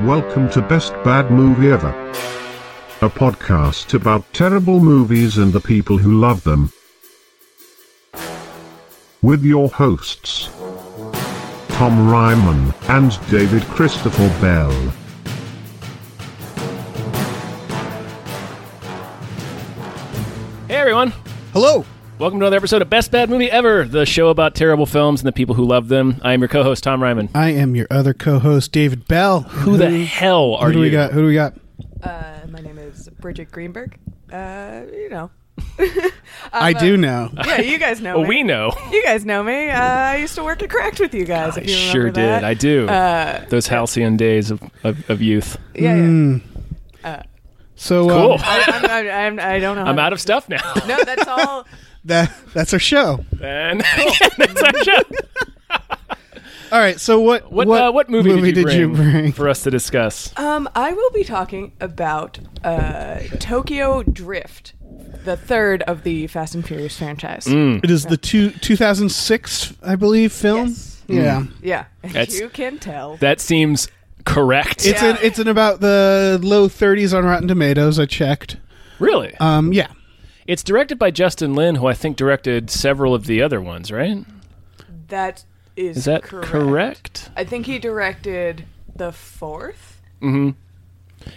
Welcome to Best Bad Movie Ever, a podcast about terrible movies and the people who love them. With your hosts, Tom Ryman and David Christopher Bell. Hey everyone, Hello. welcome to another episode of Best Bad Movie Ever, the show about terrible films and the people who love them. I am your co-host Tom Ryman. I am your other co-host, David Bell. Who the hell are Who do you? we got? Who do we got? Uh, my name is Bridget Greenberg. Uh, you know. I do know. Yeah, you guys know Oh, me. we know. You guys know me. Uh, I used to work at Cracked with you guys. if you remember sure that. did. I do. Uh, Those halcyon days of, of, of youth. yeah, yeah. Mm. So Cool. um, I, I'm, I'm, I'm, I don't know. I'm out of stuff now. No, that's all. that that's our show. and that's our show. All right. So what What what, uh, what movie, did, you, bring? for us to discuss? Um, I will be talking about uh, Tokyo Drift, the third of the Fast and Furious franchise. Mm. It is the two 2006, I believe, film. Yes. Yeah. Hmm. Yeah, That's- you can tell. That seems correct. It's in it's in about the low 30s on Rotten Tomatoes. I checked. really. Um. Yeah. it's directed by Justin Lin, who I think directed several of the other ones. Right? that is Is that correct. correct? I think he directed the fourth.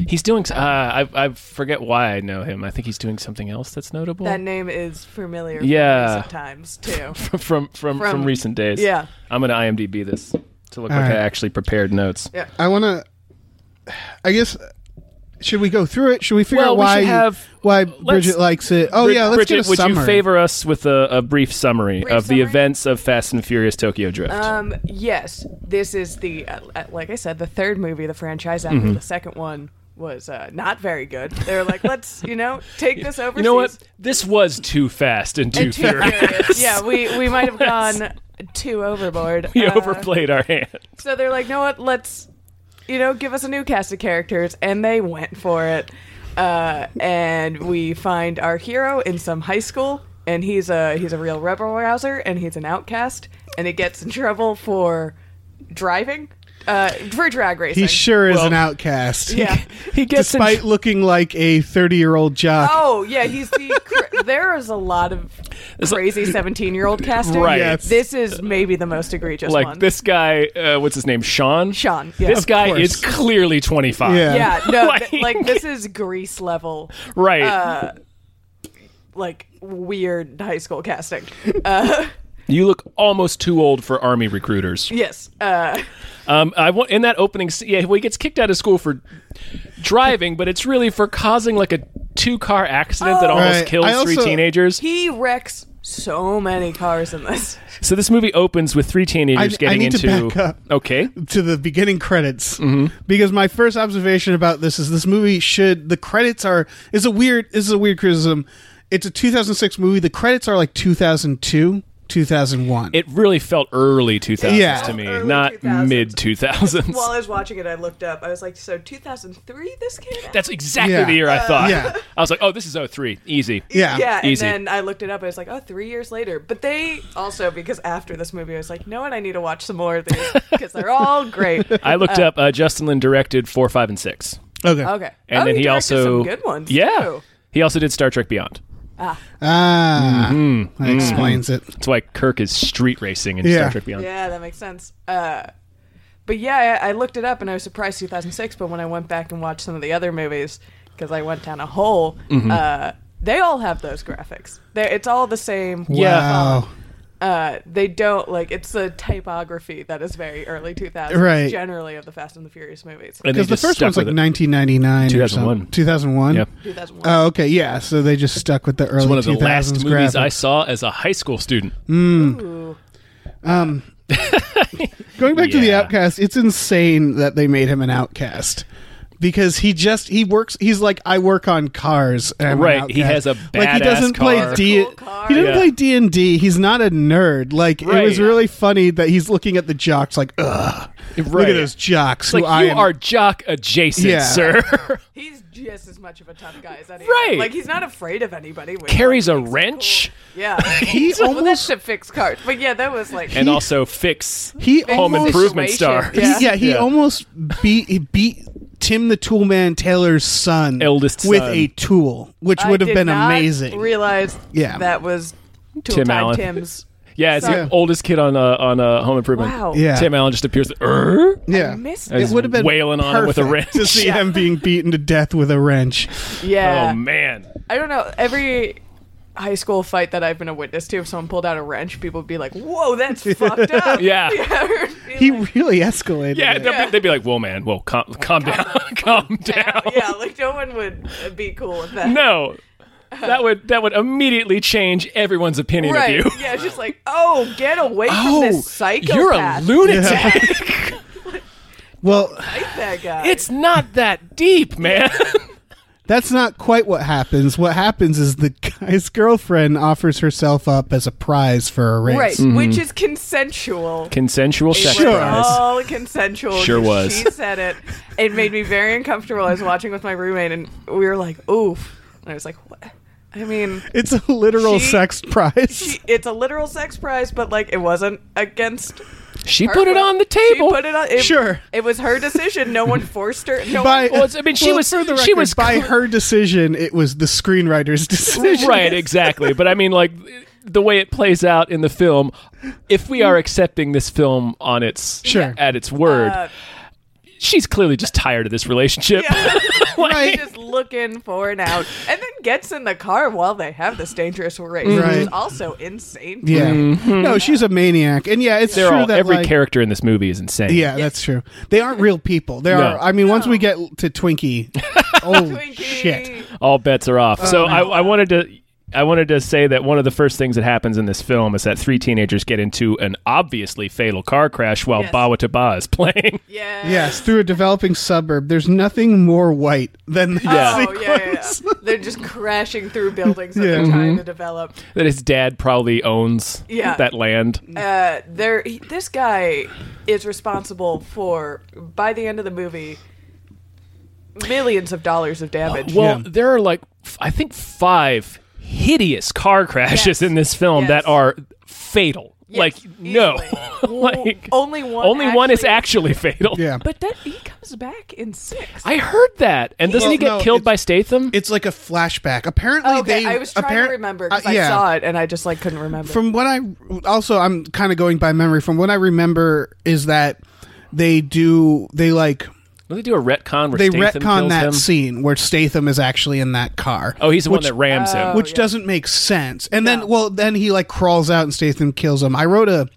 He's doing. Uh, I I forget why I know him. I think he's doing something else that's notable. That name is familiar. Yeah. Yeah, sometimes too. from, from from From- recent days. yeah. I'm gonna IMDb this to look All like I right. actually prepared notes. Yeah. I want to. I guess. Should we go through it? Should we figure Well, out we why should have- why Bridget likes it? Oh Brid- yeah, let's Bridget, get a would summary. you favor us with a, a brief summary Brief of the summary? events of Fast and Furious Tokyo Drift? Um. Yes, this is the uh, uh, like I said, the third movie of the franchise after Mm-hmm. the second one was uh, not very good. They were like, let's you know take this overseas. you know what? This was too fast and too, And too furious. furious. yeah, we we might have gone too overboard. we Uh, overplayed our hand. So they're like, you know what? Let's you know give us a new cast of characters, and they went for it. Uh, and we find our hero in some high school, and he's a he's a real rebel rouser, and he's an outcast, and he gets in trouble for driving, uh, for drag racing. He sure is Well, an outcast. yeah. He gets in despite looking like a 30 year old jock. Oh yeah, he's the. Cra- there is a lot of crazy seventeen-year-old casting. Right. Yes. This is maybe the most egregious like one. this guy. Uh, what's his name? Sean. Sean, yeah. This Of guy course. is clearly 25. Yeah. Yeah, no, Like- th- like this is Grease level. Right. Uh, like weird high school casting. you look almost too old for army recruiters. Yes. Uh, Um, I want in that opening. sc- Yeah, well, he gets kicked out of school for driving, but it's really for causing like a two-car accident that almost Right. kills I three also- teenagers. he wrecks so many cars in this. so this movie opens with three teenagers I- I getting need to into. back up. Okay, To the beginning credits, Mm-hmm. because my first observation about this is this movie should the credits are is a weird is a weird criticism. It's a 2006 movie. The credits are like 2002, 2001. it really felt early 2000s Yeah. to me, Early not 2000s. mid 2000s. While I was watching it, I looked up. I was like, so 2003 this came out? That's exactly Yeah. the year I thought. yeah. I was like, oh, this is 03. Easy. yeah, Uh, yeah, Easy. and then I looked it up. I was like, oh, three years later. But they also, because after this movie, I was like, no, and I need to watch some more of these because they're all great. Okay. I looked up. Uh, Justin Lin directed four, five, and six, Okay. and Oh, then he, directed also some good ones. Yeah, too. he also did Star Trek Beyond. Ah, Mm-hmm. that explains it. That's why Kirk is street racing in Star Yeah. Trek Beyond. Yeah, that makes sense. Uh, but yeah, I, I looked it up and I was surprised 2006. But when I went back and watched some of the other movies, because I went down a hole, Mm-hmm. uh, they all have those graphics. They're, it's all the same. Yeah. Wow. Uh, they don't like it's the typography that is very early 2000s, Right. generally of the Fast and the Furious movies. And they Because the just first stuck one's like with it. 1999, 2001. 2001. Yep. 2001. Oh, okay, yeah. So they just stuck with the early It's one of the 2000s last movies graphics. I saw as a high school student. Ooh. Going back to the Yeah. outcast, it's insane that they made him an outcast because he just he works. He's like I work on cars. And I'm an Right, he has outcast." a like he badass doesn't car. play D. Cool car. He doesn't Yeah. play D and D. He's not a nerd. Like Right. it was really funny that he's looking at the jocks like, ugh, Right. look at those jocks It's like who I you am. are jock adjacent, Yeah. sir. He's just as much of a tough guy as anyone. Right. Like he's not afraid of anybody. Which Carries a like, makes it wrench cool. Yeah. He well, that's almost to fix cars. But yeah, that was like and also fix He home almost- improvement star. Situation. He- yeah. Yeah. he Yeah. almost beat he beat Tim the Toolman Taylor's son, Eldest with son. a tool, which I would have did been not amazing. Realized Yeah. that was Tool Tim Time Allen. Tim's. Yeah, it's Yeah. the oldest kid on uh, on uh, Home Improvement. Wow. Yeah. Tim Allen just appears. Er? yeah, missed it it. would have been Wailing on him with a perfect to wrench. see him being beaten to death with a wrench. Yeah. Oh man, I don't know. Every high school fight that I've been a witness to, if someone pulled out a wrench, people would be like, "Whoa, that's fucked up." Yeah. He he. really escalated. yeah, it. they'd, Be, they'd be like, "Whoa, man, whoa, calm, calm down, calm down." yeah, like no one would uh, be cool with that. No, that would that would immediately change everyone's opinion right? of you. Yeah, it's just like, oh, get away Oh, from this psychopath. you're a lunatic. Well, Like that guy. It's not that deep, man. that's not quite what happens. What happens is the guy's girlfriend offers herself up as a prize for a race. right, Mm-hmm. which is consensual. Consensual sex It was prize. all consensual. Sure was. She said it. It made me very uncomfortable. I was watching with my roommate, and we were like, "Oof!" And I was like, "What?" I mean, It's a literal She- sex prize. she, it's a literal sex prize, but like, it wasn't against. She her put it will. on the She table. put it on. It, Sure. it was her decision. No one forced her. No by, one, Well, it's- I mean, she was- for the she was by cl- her decision. It was the screenwriter's decision. right, exactly. But I mean, like the way it plays out in the film, if we are accepting this film on its Sure. at its word, Uh, she's clearly just tired of this relationship. yeah. Like, She's just looking for an out, and then gets in the car while they have this dangerous race, which is Right. also insane. Yeah. No, she's a maniac, and yeah, it's Mm-hmm. they're true all- that every like, character in this movie is insane. Yeah, that's true. They aren't real people. They No. are. I mean, once we get to Twinkie, oh shit! all bets are off. Oh, so I, I wanted to. I wanted to say that one of the first things that happens in this film is that three teenagers get into an obviously fatal car crash while Yes. Bawa Taba is playing. Yeah. Yes, through a developing suburb, there's nothing more white than that Yeah. Oh, yeah, yeah, sequence. yeah. They're just crashing through buildings that Yeah. Mm-hmm. they're trying to develop. that his dad probably owns Yeah. that land. Uh, there, he- this guy is responsible for by the end of the movie millions of dollars of damage. Well, Yeah. there are like f- I think five hideous car crashes Yes. in this film Yes. that are fatal. Yes, like easily. no, W- like only one. only one is actually. actually fatal. Yeah, But then he comes back in six. I heard that. And doesn't Well, he get no, killed it's- by Statham? it's like a flashback. Apparently, Oh, okay, they. I was trying appar- to remember uh, because I yeah. saw it and I just like couldn't remember. From what I also, I'm kind of going by memory. From what I remember, is that they do they like Don't they do a retcon where they Statham retcon kills that him? scene where Statham is actually in that car. Oh, he's the one Which- that rams him. which doesn't make sense. And then, well, then he like crawls out and Statham kills him. I wrote a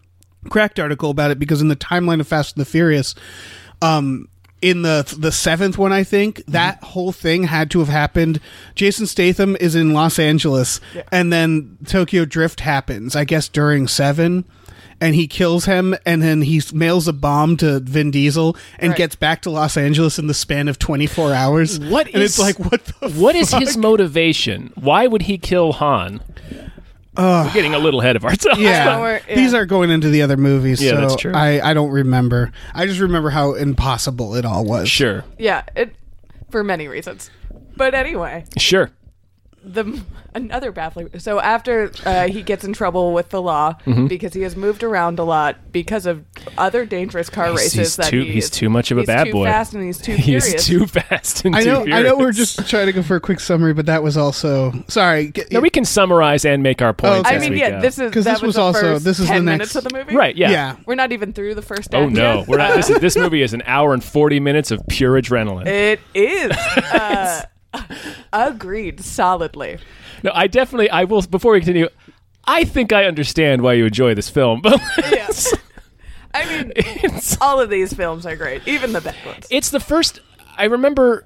cracked article about it because in the timeline of Fast and the Furious, um, in the the seventh one, I think Mm-hmm. that whole thing had to have happened. Jason Statham is in Los Angeles, and then Tokyo Drift happens. I guess during seven. And he kills him, and then he mails a bomb to Vin Diesel, and gets back to Los Angeles in the span of twenty four hours. What And it's is- like, what the What is his motivation? Why would he kill Han? We're getting a little ahead of ourselves. don't Yeah. worry- yeah. These are going into the other movies, Yeah, so that's true. I, I don't remember. I just remember how impossible it all was. Sure. yeah, it, for many reasons. But anyway, Sure. the another baffling. So after uh, he gets in trouble with the law Mm-hmm. because he has moved around a lot because of other dangerous car races. he's that too- he he's is- too much of a he's bad too boy. Fast and he's too He furious. is too fast and I know too I know furious. we're just trying to go for a quick summary, but that was also sorry. g- No, we can summarize and make our points. okay. I as mean, we yeah, go. this is 'Cause that this was the also- first this is the ten next- minutes of the movie, right. Yeah. yeah. We're not even through the first. Oh act no, yet. we're not. This, is, this movie is an hour and forty minutes of pure adrenaline. It is. Uh, agreed solidly. No, I definitely. I will. Before we continue, I think I understand why you enjoy this film. But Yeah. I mean, it's all of these films are great, even the bad ones. it's the first I remember.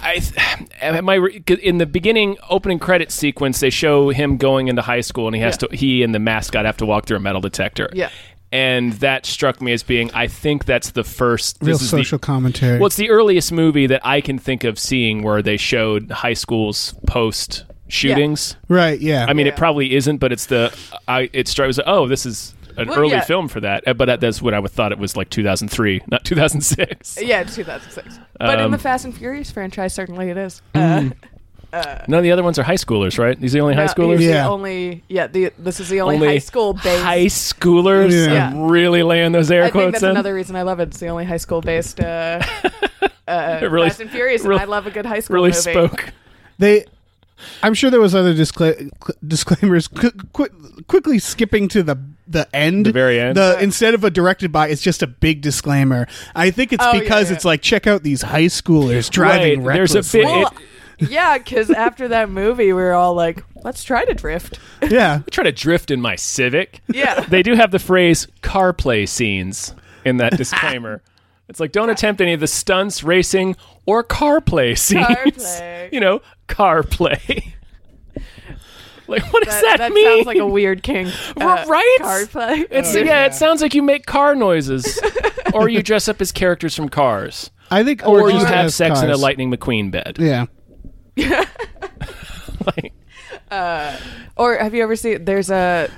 I th- my re- in the beginning opening credit sequence they show him going into high school and he has Yeah. to he and the mascot have to walk through a metal detector. Yeah. And that struck me as being I think that's the first real this is social The, commentary. well, it's the earliest movie that I can think of seeing where they showed high schools post shootings. right? Yeah. I mean, Yeah. it probably isn't, but it's the I. It strikes. Oh, this is an Well, early yeah. film for that, uh, but that- that's what I would thought it was like 2003, not 2006. Yeah, it's 2006. But Um, in Mm-hmm. the Fast and Furious franchise, certainly it is. Uh, None of the other ones are high schoolers, right? These are the only high no, schoolers. he's the Yeah. Only yeah. The, this is the only, high school based. high schoolers. Yeah. I'm really laying those air I think quotes that's in. another reason I love it. It's the only high school based. Uh, It really, Fast and Furious, really- and I love a good high school really movie. spoke. They, I'm sure there was other discla- cl- disclaimers. Qu- qu- quickly skipping to the the end, The very end. The instead of a directed by, it's just a big disclaimer. I think it's Oh, yeah, because yeah. it's like check out these high schoolers driving Right, there's a recklessly. bit- Well, yeah, because after that movie, we were all like, "Let's try to drift." yeah, I try to drift in my Civic. Yeah. they do have the phrase car play scenes in that disclaimer. it's like don't attempt any of the stunts, racing, or car play scenes. play. you know, car play. like what does That, that, that mean? sounds like a Oh, weird king, uh, R- right? Card play. It's yeah, it sounds like you make car noises, or you dress up as characters from Cars, I think or you just have as sex in a cars. Lightning McQueen bed. Yeah, Like, Or have you ever seen? There's a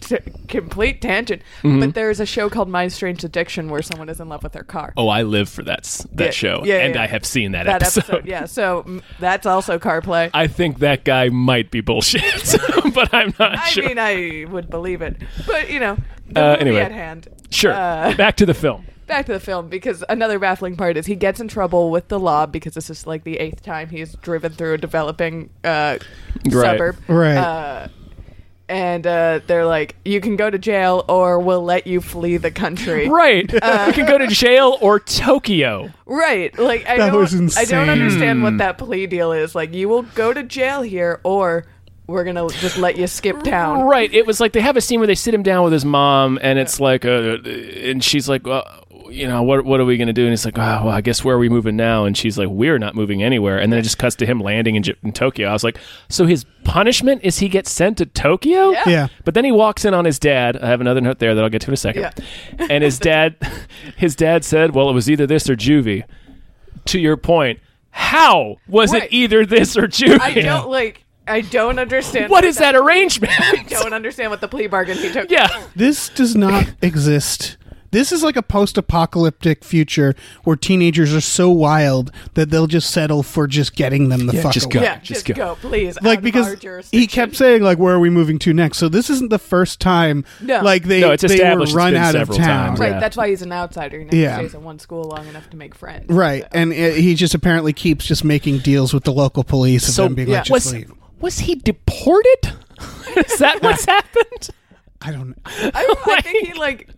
t- complete tangent, Mm-hmm. but there's a show called My Strange Addiction where someone is in love with their car. oh, I live for that s- that Yeah, show, yeah, and yeah. I have seen that, that episode. episode. yeah. So mm, that's also car play. I, I think that guy might be bullshit, but I'm not sure. mean, I would believe it, but you know, the Uh, movie anyway. at hand. sure. uh, Back to the film. Back to the film because another baffling part is he gets in trouble with the law because this is like the eighth time he's driven through a developing uh, suburb. right. Uh, and uh, they're like, you can go to jail or we'll let you flee the country. Right. you can go to jail or Tokyo. Right. Like I That don't was I insane. don't understand Hmm. what that plea deal is. Like you will go to jail here or we're going to just let you skip town. Right. It was like they have a scene where they sit him down with his mom, and it's like, uh, and she's like, well, you know, what what are we gonna do? And he's like, oh, well, I guess where are we moving now? And she's like, we're not moving anywhere. And then it just cuts to him landing in, J- in Tokyo. I was like, so his punishment is he gets sent to Tokyo? Yeah. yeah. But then he walks in on his dad. I have another note there that I'll get to in a second. And his dad, his dad said, "Well, it was either this or juvie." To your point, how was Right. it either this or juvie? I don't like I don't understand what is that arrangement? don't understand what the plea bargain he took. yeah, This does not exist. This is like a post-apocalyptic future where teenagers are so wild that they'll just settle for just getting them the fuck just away. go. Yeah, just, Just go. go. please. out Like of our because jurisdiction. he kept saying like where are we moving to next? So this isn't the first time No. like they No, it's they were established it's run been out of several town. times. Right, Yeah. that's why he's an outsider. He never Yeah. stays in one school long enough to make friends. Right, and uh, he just apparently keeps just making deals with the local police of So, them being yeah. like, just was leave. was he deported? is that what's happened? I don't. I, I think he like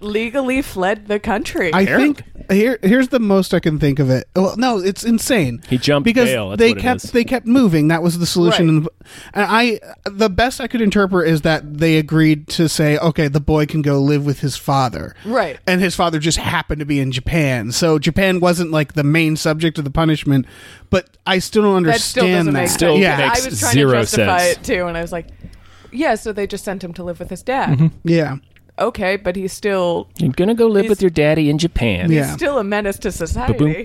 legally fled the country. I Eric? think here here's the most I can think of it. Well, no, it's insane. He jumped because bail, that's they what it kept is. they kept moving. That was the solution. And I the best I could interpret is that they agreed to say, okay, the boy can go live with his father, Right. And his father just happened to be in Japan, so Japan wasn't like the main subject of the punishment. But I still don't understand that still doesn't make sense. Still yeah, I makes was trying zero to justify sense. it too, and I was like, yeah. So they just sent him to live with his dad. yeah, Okay, but he's still You're gonna go live with your daddy in Japan. Yeah. still a menace to society.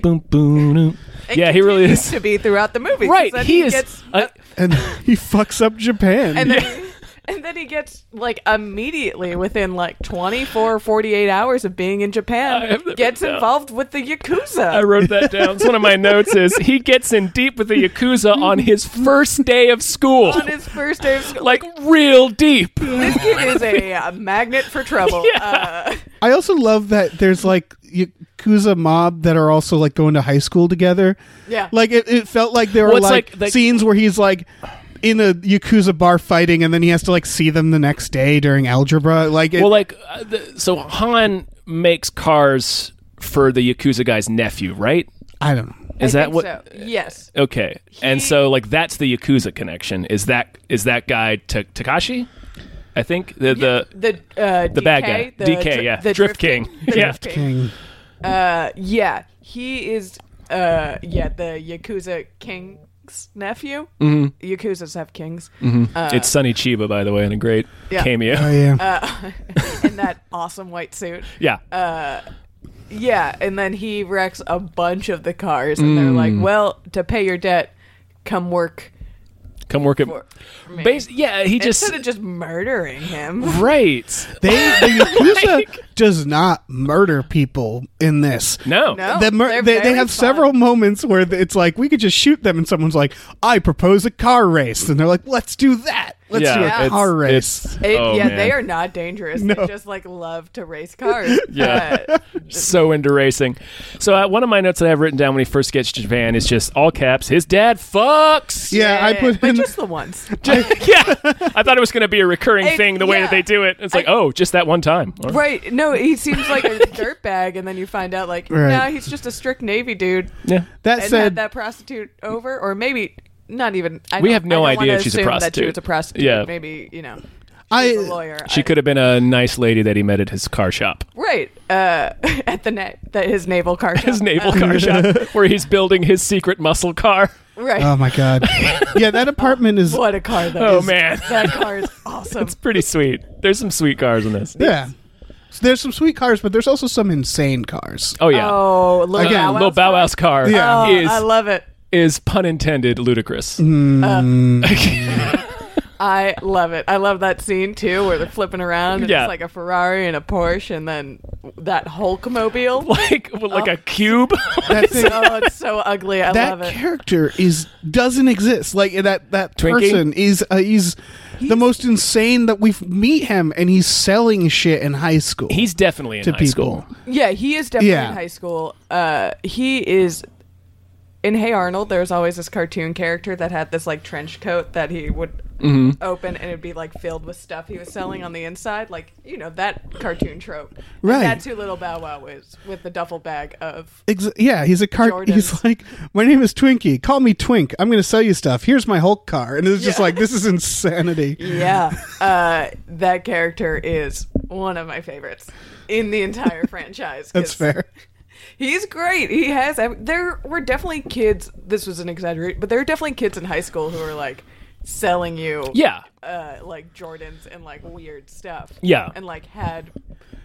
Boom, boom, boom. boom. And Yeah, he really continues is. to be throughout the movie. 'cause Right, then he is. Gets, I- and he fucks up Japan. and then. And then he gets like immediately within like 24 48 hours of being in I have Japan that gets written down. involved with the yakuza. I wrote that down. It's one of my notes is he gets in deep with the Yakuza on his first day of school. on his first day of school. like real deep. this kid is a, uh magnet for trouble. Uh, I also love that there's like yakuza mob that are also like going to high school together. Yeah. like it, it felt like there were Well, it's like, like- like- scenes where he's like in a yakuza bar fighting, and then he has to like see them the next day during algebra. Like, it, Well, like uh, the, so Han makes cars for the Yakuza guy's nephew, right? I don't know. Is I that think what? so. Yes. Okay, and so like that's the Yakuza connection. Is that is that guy Ta- Takashi? I think the the. the uh, The DK, bad guy. the DK, dri- yeah. the Drift King. The Yeah. Drift King. King. Uh, yeah, he is. Uh, yeah, the Yakuza King's nephew. Mm-hmm. Yakuza's have kings, Mm-hmm. it's Sonny Chiba, by the way, in a great Uh, Yeah. Uh, cameo. Oh yeah, in that awesome white suit. yeah, Yeah, and then he wrecks a Mm. bunch of the cars, and they're like, "Well, to pay your debt, come work." Come work at. For- for me. Bas- yeah, he just Instead of just murdering him. right. They the Yakuza does not murder people in this. No. No. The mur- they're they, they very have fun. several moments where th- it's like we could just shoot them, and someone's like, "I propose a car race," and they're like, "Let's do that. Let's yeah, do a Yeah. car it's- race." it's- It- oh, yeah, man. they are not dangerous. No. They just like love to race cars. Yeah. But so into racing. So uh, one of my notes that I've written down when he first gets to Japan is just all caps. His dad fucks. yeah, I put eh, but him. just the once. yeah. I thought it was going to be a recurring I- thing the way yeah. that they do it. It's like, I- oh, just that one time. All right. Right. No, he seems like a dirtbag, and then you find out like, Right. nah, he's just a strict Navy dude. Yeah. that and said, had that prostitute over, or maybe not even. I We don't- have no I don't idea wanna if she's a assume That prostitute. she was a prostitute. Yeah. Maybe you know. I- she's a lawyer. She I- could have been a nice lady that he met at his car shop, Right. Uh, at the net, that his naval car. his shop. naval Uh, car shop, where he's building his secret muscle car. right. oh my god, yeah, Oh, that apartment is what a car though. Oh man, That car is awesome. pretty sweet. There's some sweet cars in this. yeah. So there's some sweet cars, but there's also some insane cars. Oh yeah, Oh, Lil Again, Bow Wow's Lil Bow car. Wow's car Yeah. Oh, is I love it. is pun intended ludicrous. Mm-hmm. I love it. I love that scene too, where they're flipping around. And Yeah. It's like a Ferrari and a Porsche, and then that Hulkmobile. like like a cube. That thing, oh, it's so ugly. I that love it. character is doesn't exist. Like that that Twinkie? person is uh, he's, the most insane that we have meet him, and he's selling shit in high school he's definitely in to high people. school. yeah, he is definitely Yeah. in high school. Uh, he is. In Hey Arnold, there was always this cartoon character that had this like trench coat that he would open and it'd be like filled with stuff he was selling on the inside, like you know that cartoon trope. And Right. that's who Little Bow Wow is with the duffel bag of Ex- yeah, he's a car. Jordans. He's like, my name is Twinkie. Call me Twink. I'm going to sell you stuff. Here's my Hulk car, and it's just like this is insanity. Yeah, uh, that character is one of my favorites in the entire franchise. 'cause That's fair. He's great. He has. ev- There were definitely kids. This was an exaggeration, but there were definitely kids in high school who were like selling you, Yeah. uh, like Jordans and like weird stuff. Yeah. and like had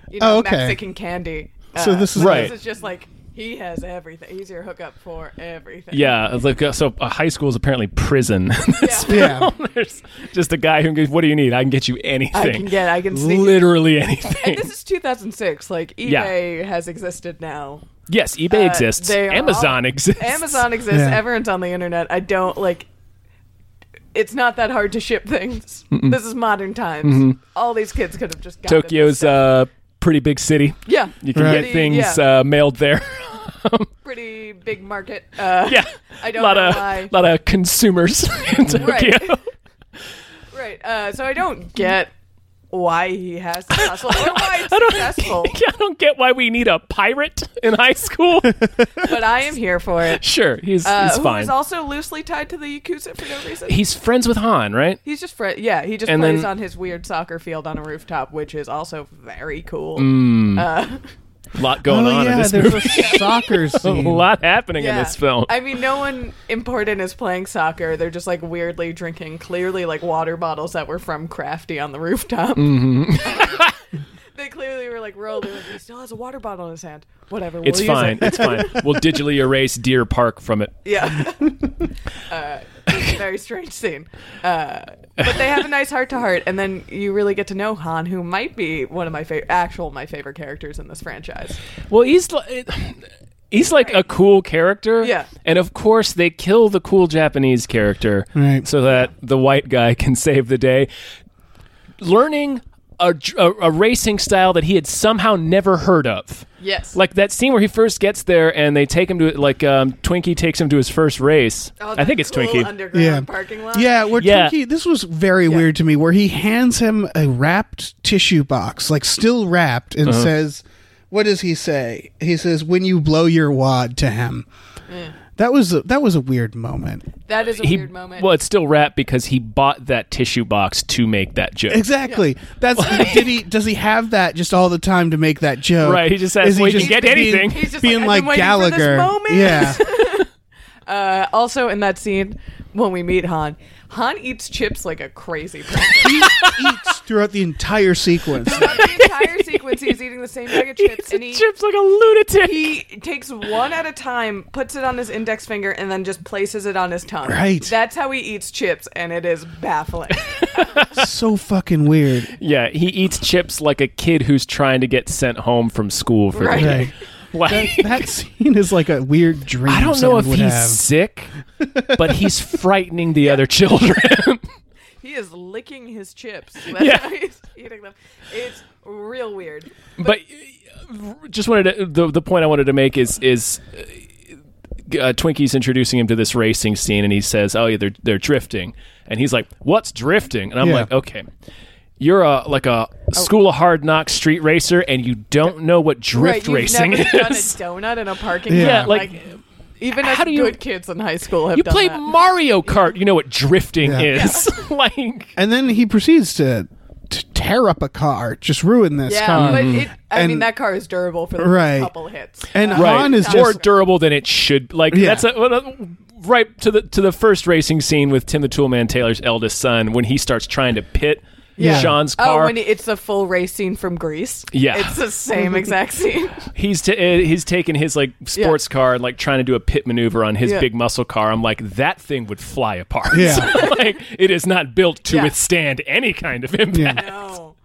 you Oh, know okay. Mexican candy. Uh, So this is- Right. This is just like he has everything. He's your hookup for everything. Yeah, it's like, uh, so uh, high school is apparently prison. Yeah, There's just a guy who goes, "What do you need? I can get you anything. I can get. I can sneak. literally And anything." this is 2006. Like Yeah. eBay has existed now. yes, eBay Uh, exists. they are Amazon all- exists. Amazon exists. Yeah. Everyone's on the internet. I don't like. It's not that hard to ship things. This is modern times. All these kids could have just gotten Mm-hmm. Tokyo's this uh, pretty big city. stuff. yeah, You can Right. get Pretty- things yeah, uh, mailed there. pretty big market. Uh, yeah, I a don't lot know of why. lot of consumers in Tokyo. Right. Right. Uh, so I don't get why he has to hustle or why it's successful. I don't get why we need a pirate in high school. But I am here for it. sure, he's Uh, he's who fine. is also loosely tied to the Yakuza for no reason. he's friends with Han, right? He's just fr- yeah. He just And plays then- on his weird soccer field on a rooftop, which is also very cool. Mm-hmm. Uh, A lot going oh on in yeah, this there's movie. a soccer A scene. lot happening in yeah. this film. I mean, no one important is playing soccer. They're just like weirdly drinking, clearly like water bottles that were from Crafty on the rooftop. Mm-hmm. they clearly were like rolled. They're like, he still has a water bottle in his hand. Whatever, we'll It's use fine. It. It's fine. We'll digitally erase Deer Park from it. Yeah. uh, very strange scene. Uh, but they have a nice heart to heart, and then you really get to know Han, who might be one of my favorite, actual my favorite characters in this franchise. Well, he's li- he's like a cool character. Yeah. And of course, they kill the cool Japanese character Right. so that the white guy can save the day. Learning a, dr- a, a racing style that he had somehow never heard of. Yes. Like that scene where he first gets there and they take him to like um, Twinkie takes him to his first race. Oh, I that think it's cool Twinkie. Underground Yeah, parking lot. Yeah, where Yeah. Twinkie. This was very weird to me. Where he hands him a wrapped tissue box, like still wrapped, and Uh-huh. says, "What does he say?" He says, "When you blow your wad to him." That was a, that was a weird moment. That is a he, weird moment. Well, it's still rap because he bought that tissue box to make that joke. Exactly. That's did he does he have that just all the time to make that joke? Right, he just has- well, he didn't get being- anything. He's just being like, like, "I've been waiting for Gallagher. this moment." Yeah. Uh, also, in that scene when we meet Han, Han eats chips like a crazy person. He eats throughout the entire sequence. the entire sequence, he's eating the same bag of chips, and he chips like a lunatic. he takes one at a time, puts it on his index finger, and then just places it on his tongue. Right. That's how he eats chips, and it is baffling. so fucking weird. yeah, he eats chips like a kid who's trying to get sent home from school for Right. the Right. day. Like, That scene is like a weird dream. I don't know someone if would he's have. sick, but he's frightening the other children. he is licking his chips. That's Yeah. how he's eating them. It's real weird. but uh, just wanted to, the the point I wanted to make is is uh, Twinkie's introducing him to this racing scene, and he says, "Oh yeah, they're they're drifting," and he's like, "What's drifting?" And I'm Yeah. like, "Okay." You're a like a Oh. school of hard knocks street racer, and you don't know what drift right, you've racing never done a is. donut in a parking Yeah, Yeah. lot. like, even how as do you- good kids in high school have you done play that. Mario Kart, you know what drifting Yeah. is. like, And then he proceeds to, to tear up a car, just ruin this yeah, car. but Mm-hmm. it, I mean And- that car is durable for the Right. couple hits. and Uh, right, Han is more just durable than it should. Like Yeah. that's a, well, uh, right to the to the first racing scene with Tim the Toolman Taylor's eldest son when he starts trying to pit Yeah. Sean's Oh, car. when it's a full race scene from Greece. Yeah. it's the same exact scene. he's t- uh, he's taking his like sports car and like trying to do a pit maneuver on his Yeah. big muscle car. I'm like that thing would fly apart. Yeah. like it is not built to Yeah. withstand any kind of impact. Oh.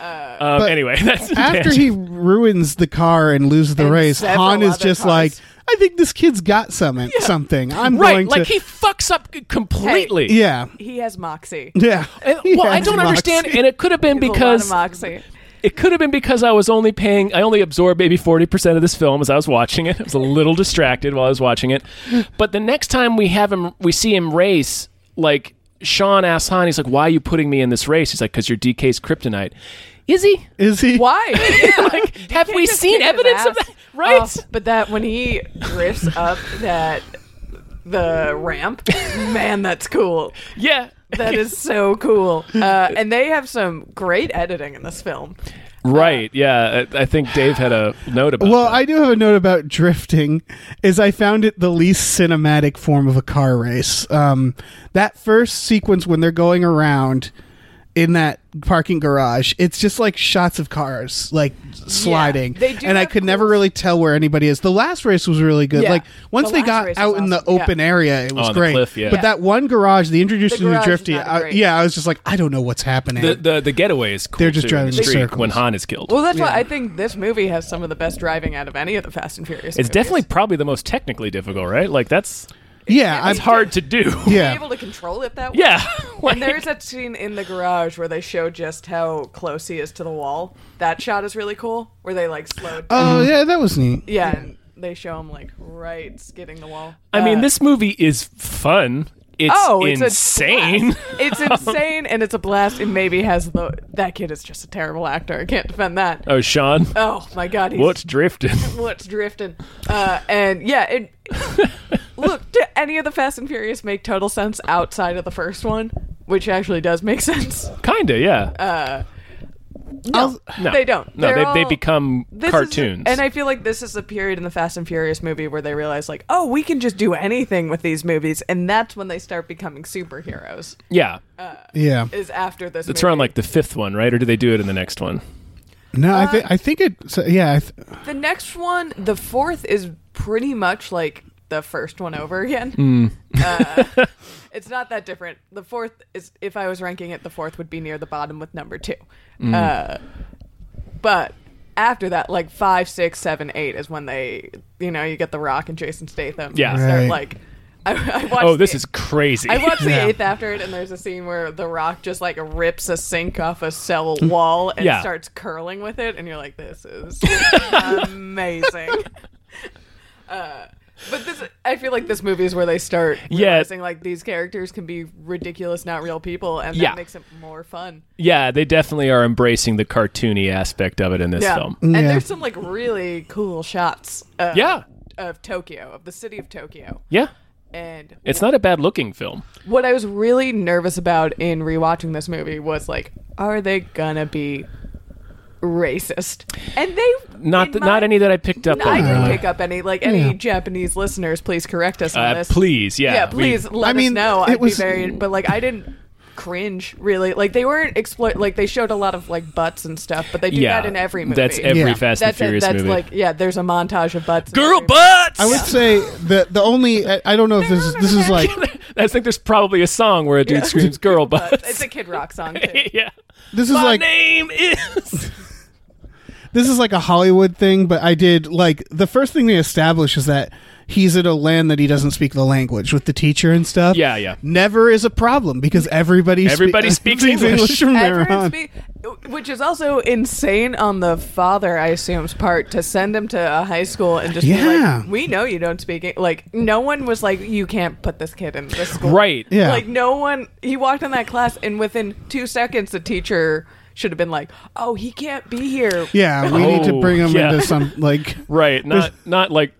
No. Um, anyway, that's a after tangent. he ruins the car and loses the And race, several Han is other just cars. like, I think this kid's got something. Something. I'm right going like to. he fucks up completely. yeah. He has moxie. Yeah. And- He well, I has don't moxie. understand, and it could have been He's a lot because of moxie. It could have been because I was only paying, I only absorbed maybe 40% of this film as I was watching it. I was a little distracted while I was watching it. But the next time we have him, we see him race, like Sean asks Han, he's like, why are you putting me in this race? He's like, because you're DK's kryptonite. Is he? Is he? Why? Yeah. Like, have He we just seen kicked his evidence of ass. that? Right? Oh, but that when he drifts up that the ramp, man, that's cool. yeah. That is so cool. Uh, and they have some great editing in this film. Right. Yeah. I, I think Dave had a note about Well, that. I do have a note about drifting. Is I found it the least cinematic form of a car race. Um, that first sequence when they're going around in that parking garage, it's just like shots of cars like sliding, they do and I have could never cool- really tell where anybody is. The last race was really good. Yeah. Like once The they last got race out was in the awesome. open area, it was On Oh, the great. cliff, yeah. But Yeah. that one garage, they introduced The you to garage is drifting. not a I, great- yeah, I was just like, I don't know what's happening. the, the, the getaway is cool. They're just too, driving in in the street circles. when Han is killed. Well, that's why I think this movie has some of the best driving out of any of the Fast and Furious. it's movies. definitely probably the most technically difficult, right? Like, that's yeah, it's I'm, hard to do. Be yeah. able to control it that way. Yeah. Like- And there's that scene in the garage where they show just how close he is to the wall. That shot is really cool, where they like slowed. down. Oh yeah, that was neat. yeah, and they show him like right skidding the wall. I Uh, mean, this movie is fun. It's oh, it's insane. A blast. it's insane, and it's a blast. It maybe has the that kid is just a terrible actor. I can't defend that. oh, Sean, Oh my god, he's what's drifting? what's drifting? Uh, and yeah, it, look, do any of the Fast and Furious make total sense outside of the first one, which actually does make sense. Kinda, yeah. I'll- no, Uh, they don't. No, They're they, they all- become This is- cartoons. and I feel like this is the period in the Fast and Furious movie where they realize, like, oh, we can just do anything with these movies, and that's when they start becoming superheroes. yeah, Uh, yeah. Is after this. it's movie. around like the fifth one, right? Or do they do it in the next one? No, I think I think it. So, yeah, I th- the next one. The fourth is pretty much like the first one over again. Uh, it's not that different. The fourth is, if I was ranking it, the fourth would be near the bottom with number two. Uh, but after that, like five, six, seven, eight is when they, you know, you get The Rock and Jason Statham. Yeah. And start, Right. like, I, I watched Oh, this the- is crazy. I watched Yeah. the eighth after it, and there's a scene where The Rock just like rips a sink off a cell wall and Yeah. starts curling with it, and you're like, "This is amazing." uh, but this, I feel like this movie is where they start Yeah. realizing like these characters can be ridiculous, not real people, and that Yeah. makes it more fun. yeah, they definitely are embracing the cartoony aspect of it in this Yeah, film. and Yeah. there's some like really cool shots. Of, Yeah. of Tokyo, of the city of Tokyo, Yeah, and it's not a bad looking film. what I was really nervous about in rewatching this movie was like, are they gonna be racist, and they Not in th- my- not any that I picked up No, on. I didn't pick up any. Like any Yeah. Japanese listeners, please correct us on Uh, this. please, yeah, yeah, we- please let I mean, us know. it I'd was- be very, but like I didn't cringe really. Like they weren't exploit. Like they showed a lot of like butts and stuff, but they do yeah, that in every movie. That's every Yeah. Fast That's and it. Furious That's movie. like yeah. There's a montage of butts. in Girl every- butts. I would say that the only I, I don't know if this is this is like I think there's probably a song where a dude screams "girl But butts." it's a Kid Rock song. Too. yeah. this is My like name is. this is like a Hollywood thing, but I did like the first thing they establish is that he's in a land that he doesn't speak the language with the teacher and stuff. Yeah, yeah. Never is a problem because everybody spe- Everybody speaks English. from there Everyone on. spe- which is also insane on the father, I assume's part to send him to a high school and just Yeah. be like, "We know you don't speak." It. Like, no one was like, "You can't put this kid in this school." Right. Yeah. Like, no one. He walked in that class, and within two seconds, the teacher should have been like, "Oh, he can't be here." yeah, we need to Oh, bring him yeah. into some like Right. Not not like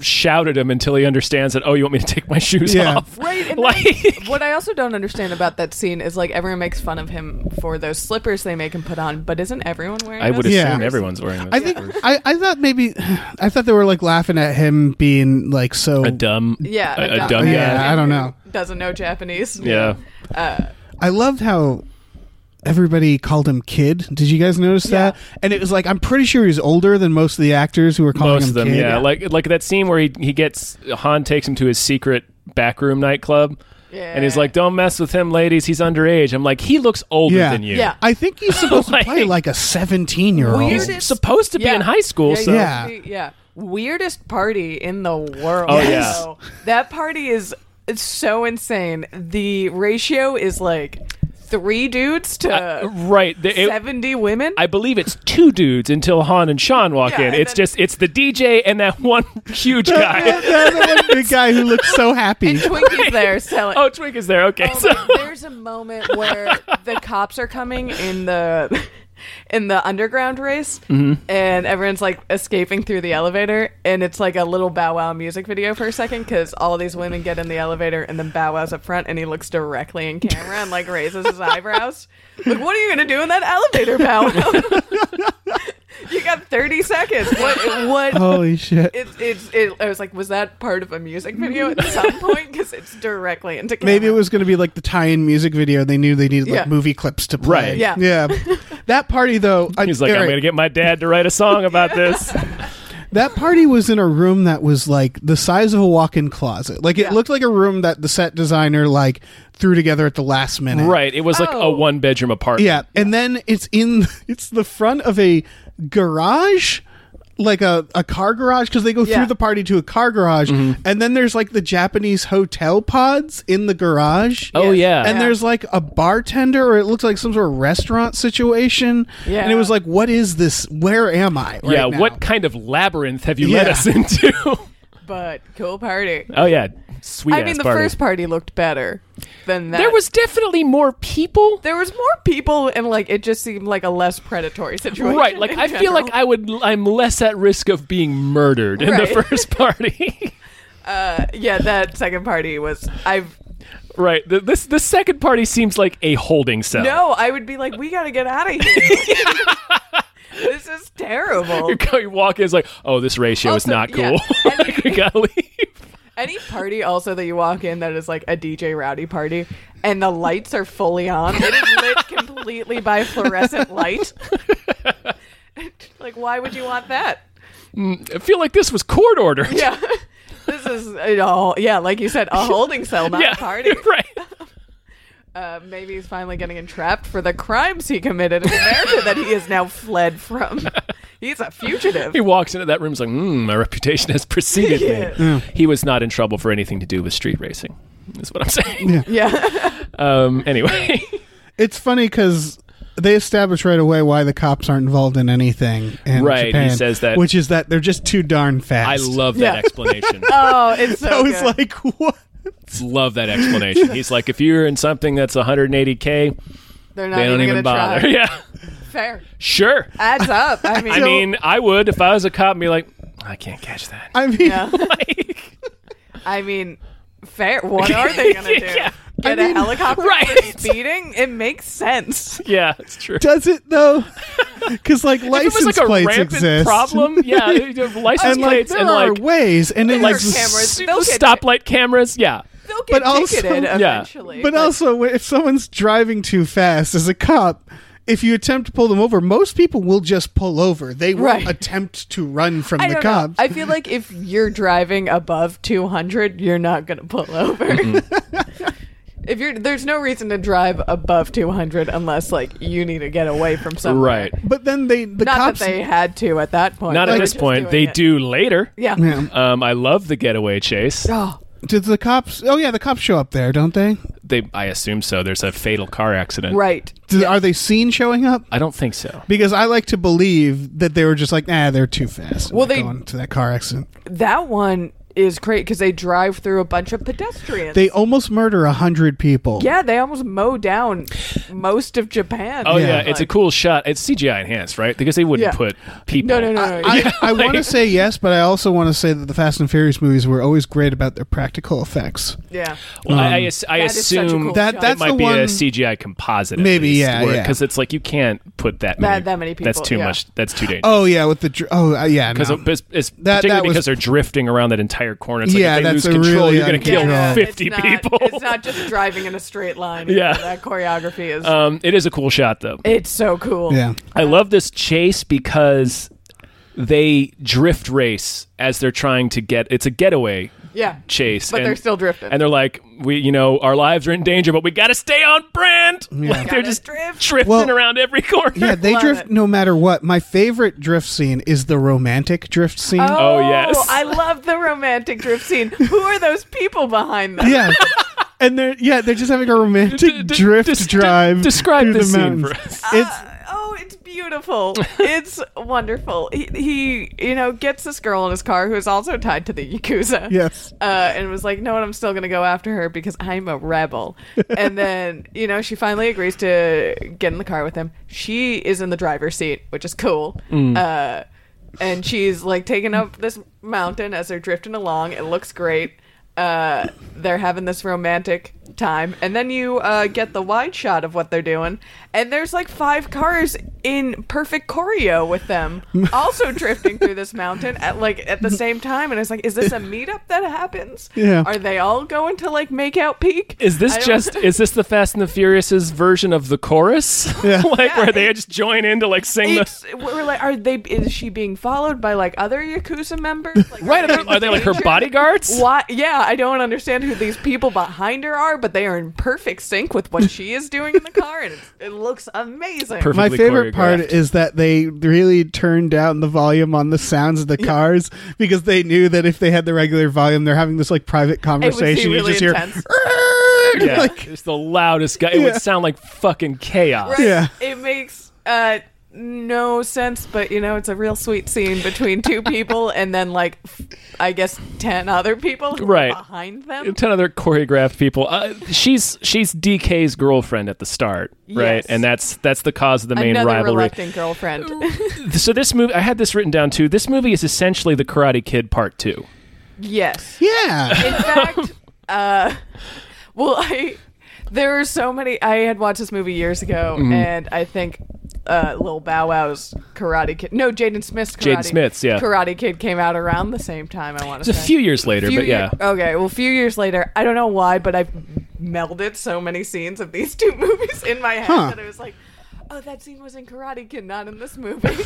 shout at him until he understands that. Oh, you want me to take my shoes Yeah. off? Right. And like. then, what I also don't understand about that scene is like everyone makes fun of him for those slippers they make him put on, but isn't everyone wearing? I would assume those Yeah. slippers? everyone's wearing. I Those. think I, I thought maybe I thought they were like laughing at him being like so a dumb. Yeah, A, a dumb, Yeah, guy. I don't know. Doesn't know Japanese. Yeah. I loved how everybody called him kid. Did you guys notice that? And it was like I'm pretty sure he's older than most of the actors who were calling Most him of them, kid. yeah. Like like that scene where he he gets Han takes him to his secret backroom nightclub. Yeah. And he's like, "Don't mess with him, ladies. He's underage." I'm like, "He looks older Yeah. than you." Yeah. I think he's supposed Like- to play like a 17 year old. Weirdest- He's supposed to be Yeah. in high school, Yeah, so yeah. yeah. yeah. Weirdest party in the world. Oh, yeah. So, that party is it's so insane. The ratio is like three dudes to Uh, right. The- it- 70 women. I believe it's two dudes until Han and Sean walk Yeah, in. and It's then- just it's the DJ and that one huge guy. the other one, the guy who looks so happy. and Twinkie's there selling. oh, Twink is there. Okay, Oh, so but there's a moment where the cops are coming in the in the underground race Mm-hmm. and everyone's like escaping through the elevator and it's like a little bow wow music video for a second because all these women get in the elevator and then bow wow's up front and he looks directly in camera and like raises his eyebrows like what are you gonna do in that elevator bow wow you got 30 seconds what what Holy shit. it's it's it, I was like, was that part of a music video at some point? Because it's directly into camera. Maybe it was going to be like the tie-in music video. They knew they needed like Yeah. movie clips to play. Right. Yeah. Yeah. that party though, I- he's like, all "I'm right, gonna get my dad to write a song about this." that party was in a room that was like the size of a walk-in closet. Like it Yeah. looked like a room that the set designer like threw together at the last minute. right. It was like a Oh. one bedroom apartment. Yeah, and then it's in it's the front of a garage, like a, a car garage because they go Yeah. through the party to a car garage, Mm-hmm. and then there's like the Japanese hotel pods in the garage. Oh yeah. Yes. And Yeah. there's like a bartender, or it looks like some sort of restaurant situation. Yeah. And it was like, what is this? Where am I? right yeah. now? What kind of labyrinth have you led Yeah. us into? but cool party. oh yeah. Sweet. I ass mean, the party. first party looked better than that. There was definitely more people. there was more people, and like it just seemed like a less predatory situation. Right, like in I feel like general. I would, I'm less at risk of being murdered in the Right. first party. uh, yeah, that second party was. I've right, the, this the second party seems like a holding cell. no, I would be like, we gotta get out of here. this is terrible. You, go, you walk in, it's like, oh, this ratio is Oh. Also, not yeah. cool. Like, we gotta leave. Any party also that you walk in that is like a DJ rowdy party, and the lights are fully on. It is lit completely by fluorescent light. like, why would you want that? I feel like this was court ordered. Yeah. This is you know, yeah, like you said, a holding cell, not Yeah, a party. right. Uh, maybe he's finally getting entrapped for the crimes he committed in America that he has now fled from. He's a fugitive. He walks into that room, he's like, mm, my reputation has preceded Yeah. me. He was not in trouble for anything to do with street racing. Is what I'm saying. Yeah. Um, anyway, It's funny because they establish right away why the cops aren't involved in anything. In Right, he Japan, says that- which is that they're just too darn fast. I love that Yeah. explanation. Oh, it's so I was good. like, what? love that explanation. He's like, if you're in something that's 180k, They're not they don't even, even gonna bother. try. Yeah, Fair. sure. Adds up. I mean, I mean, I would if I was a cop and be like, I can't catch that. I mean, yeah. Like, I mean, fair. What are they gonna do? Yeah. get mean, a helicopter right. for speeding. It makes sense. Yeah, it's true. Does it though? Because like license If it was like a plates rampant exist. problem, yeah, you have license and like plates there and are like ways, and it There like are cameras. s- They'll get stoplight cameras. Yeah, They'll But get also- ticketed Yeah. eventually. But also, wh- if someone's driving too fast as a cop, if you attempt to pull them over, most people will just pull over. They won't Right. attempt to run from I the don't cops. know. I feel like if you're driving above 200, you're not going to pull over. Mm-hmm. if you're there's no reason to drive above 200 unless like you need to get away from somewhere. right. but then they, the Not cops, that they had to at that point. Not They at were this just point. doing They it. do later. Yeah. yeah, Um, I love the getaway chase. Oh, did the cops? Oh yeah, the cops show up there, don't they? They, I assume so. There's a fatal car accident. right. Do, Are they seen showing up? I don't think so. Because I like to believe that they were just like, ah, they're too fast. Well, They're they- going to that car accident. That one is great because they drive through a bunch of pedestrians. They almost murder a hundred people. yeah, they almost mow down most of Japan. Oh yeah, Yeah. it's a cool shot. It's CGI enhanced, right? Because they wouldn't Yeah. put people. No, no, no, no. I, yeah. I want to say yes, but I also want to say that the Fast and Furious movies were always great about their practical effects. yeah. Well, I, I, as- I That is such a assume cool Um, That- shot. it that's might the be a one- CGI composite. at Maybe, least, yeah, yeah. Because it's like you can't put that many. that many That's people, too yeah. much. That's too dangerous. Oh yeah, with the dr- oh uh, yeah, because no. it's, it's that particularly was- because they're drifting around that entire corner. It's Yeah, like if that's they a lose control, really you're going to kill uncontrolled- it's 50 not- people. It's not just driving in a straight line. Yeah. that choreography is. um, it is a cool shot though. it's so cool. yeah. I love this chase because they drift race as they're trying to get. It's a getaway Yeah. chase, But and- they're still drifting. and they're like, we, you know, our lives are in danger, but we got to stay on brand. Like, they're Gotta just drift. drifting Well, around every corner. Yeah, they Love drift it. no matter what. My favorite drift scene is the romantic drift scene. Oh, yes. I love the romantic drift scene. Who are those people behind them? Yeah. and they're yeah, they're just having a romantic D- d- drift des- drive. d- describe through this the scene for mountains. us. It's Oh, it's beautiful. It's wonderful. He, he, you know, gets this girl in his car who is also tied to the Yakuza. Yes. Uh, and was like, no, I'm still going to go after her because I'm a rebel. and then, you know, she finally agrees to get in the car with him. She is in the driver's seat, which is cool. Uh, and she's like taking up this mountain as they're drifting along. It looks great. Uh, they're having this romantic time, and then you uh, get the wide shot of what they're doing, and there's like five cars in perfect choreo with them, also drifting through this mountain at like at the same time. And it's like, is this a meetup that happens? Yeah. Are they all going to like make out peak? Is I this don't- just is this the Fast and the Furious's version of the chorus? Yeah. like Yeah, where they just join in to like sing the It's, we're like, are they? Is she being followed by like other yakuza members? Like, Right, are they, are they like her danger? bodyguards? Why? Yeah, I don't understand who these people behind her are, but they are in perfect sync with what she is doing in the car, and it's, it looks amazing. Perfect. My perfectly favorite part choreographed. is that they really turned down the volume on the sounds of the cars because they knew that if they had the regular volume, they're having this like private It was conversation. really you just intense. hear, "Arrgh!" Yeah, like, it's the loudest guy. It Yeah. would sound like fucking chaos. Right? Yeah. it makes uh, no sense, but you know, it's a real sweet scene between two people, and then like, f- I guess ten other people who are Right. behind them. Ten other choreographed people. Uh, she's she's DK's girlfriend at the start, right? Yes. And that's that's the cause of the main Another rivalry. reluctant girlfriend. So this movie, I had this written down too. This movie is essentially the Karate Kid Part Two. yes. yeah. In fact, uh, well, I there are so many. I had watched this movie years ago, Mm-hmm. and I think uh, Lil Bow Wow's Karate Kid. No, Jaden Smith's Karate, Jaden Smith's, yeah. Karate Kid came out around the same time. I want to It's a say few years later, Few but yeah. year- okay. Well, a few years later, I don't know why, but I've melded so many scenes of these two movies in my head Huh. that I was like. Oh, that scene was in Karate Kid, not in this movie.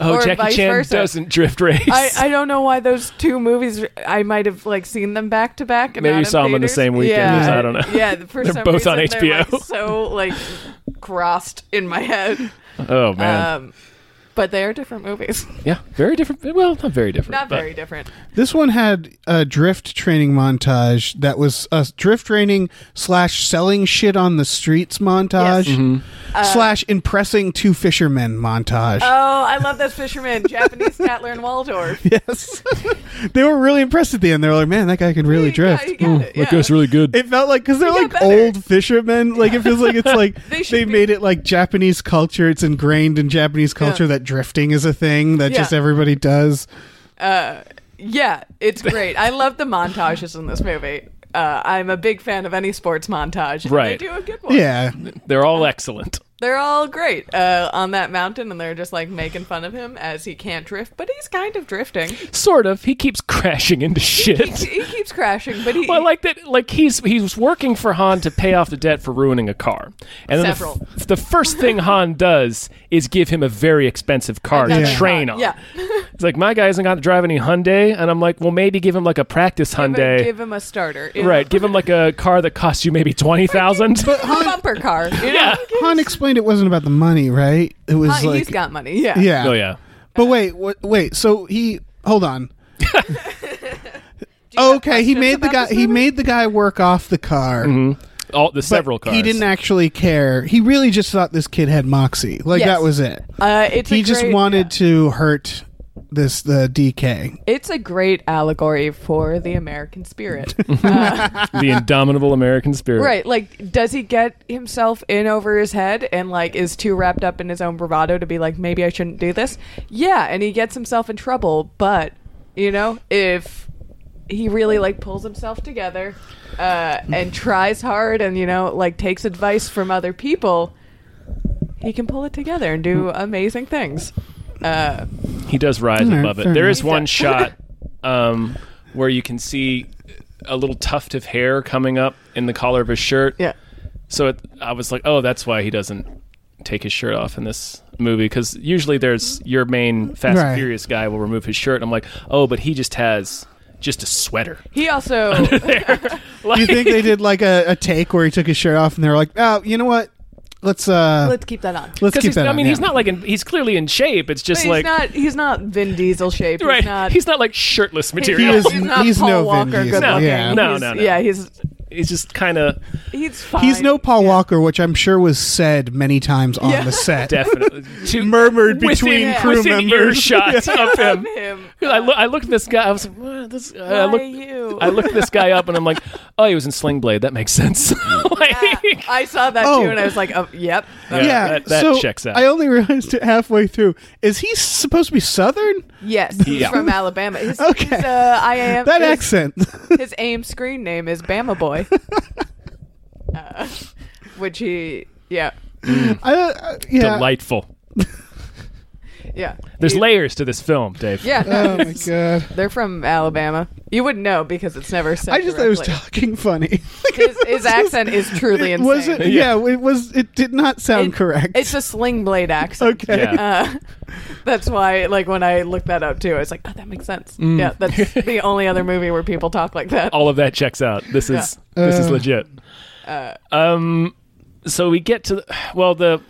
oh, or Jackie vice Chan versa. doesn't drift race. I, I don't know why those two movies. I might have like seen them back to back. and Maybe not you in saw them on the theaters. same weekend. Yeah, I don't know. Yeah, for They're some both on reason, they're, HBO. like, so like crossed in my head. oh man, Um, but they are different movies. yeah, very different. Well, not very different. Not but- very different. This one had a drift training montage that was a drift training slash selling shit on the streets montage Yes. Uh, slash impressing two fishermen montage. Oh, I love those fishermen, Japanese Tatler and Waldorf. yes. they were really impressed at the end. They were like, man, that guy can really Yeah, drift. you got it, yeah. Mm, really good. It felt like because they're got like better. old fishermen. Like it feels like it's like They they, should be- made it like Japanese culture. It's ingrained in Japanese culture that drifting is a thing that Yeah. just everybody does. Yeah, it's great. I love the montages in this movie. uh, I'm a big fan of any sports montage. and Right. They do a good one. Yeah. They're all excellent. They're all great uh, on that mountain, and they're just like making fun of him as he can't drift, but he's kind of drifting. Sort of. He keeps crashing into shit. he keeps crashing, but he. Well, I like that. Like he's he's working for Han to pay off the debt for ruining a car, and then the f- Several. The, first thing Han does is give him a very expensive car to Yeah. train on. Yeah. it's like my guy hasn't got to drive any Hyundai, and I'm like, well, maybe give him like a practice Hyundai, Give him a starter. you know? right? Give him like a car that costs you maybe twenty thousand. A bumper car. You know? yeah. Han explained it wasn't about the money, right? It was Uh, like he's got money. Yeah. yeah. Oh yeah. But wait, wait, wait. So he hold on. okay, he questions made the about guy this he movie? made the guy work off the car. All the but Mm-hmm. several cars. He didn't actually care. He really just thought this kid had moxie. Like Yes. that was it. Uh, it's he a just great- wanted to hurt this the DK. It's a great allegory for the American spirit. the indomitable American spirit. right. Like, does he get himself in over his head and, like, is too wrapped up in his own bravado to be like, maybe I shouldn't do this? Yeah. And he gets himself in trouble. But, you know, if he really, like, pulls himself together uh, and tries hard and, you know, like, takes advice from other people, he can pull it together and Hmm. do amazing things. Uh, He does rise Alright, above it. fair There enough. is one does. shot um, where you can see a little tuft of hair coming up in the collar of his shirt. yeah. So it, I was like, oh, that's why he doesn't take his shirt off in this movie because usually there's your main Fast Right. and Furious guy will remove his shirt. I'm like, oh, but he just has just a sweater. He also. Like, You think they did like a, a take where he took his shirt off and they were like, "Oh, you know what? Let's uh let's, Let's keep that on. Because keep he's- that." I on, mean, he's yeah. not like in, he's clearly in shape. It's just he's like not he's not Vin Diesel shape. right. He's not like shirtless he's material. not- is- he's Paul no Vin Walker Diesel. good No, looking. yeah. no, He's- no, no. Yeah, he's he's just kind of he's fine. He's no Paul Walker, which I'm sure was said many times on Yeah. the set. definitely too- Murmured between within, crew within members. earshot of him. him. I, loo- I looked at this guy. I was like, "What? this. Uh, I Why looked. you? I looked this guy up, and I'm like, oh, he was in Sling Blade. That makes sense. like, Yeah, I saw that Oh. too, and I was like, oh, yep. Yeah. yeah, that- that so checks out. I only realized it halfway through. Is he supposed to be Southern? Yes, he's Yeah. from Alabama. His, Okay. his, uh, I am That his, accent. His AIM screen name is Bama Boy, uh, which he yeah I, uh, yeah. Delightful. yeah. There's He- layers to this film, Dave. yeah. Oh my god! They're from Alabama. You wouldn't know because it's never said. I just thought it was directly. talking funny. his, his accent is truly it insane. was it? Yeah. it was. It did not sound It- correct. It's a sling blade accent. okay. Yeah. Uh, that's why, like, when I looked that up too, I was like, oh, that makes sense. Mm. Yeah, that's the only other movie where people talk like that. All of that checks out. This is this is Uh. legit. Uh. um, so we get to the, well the.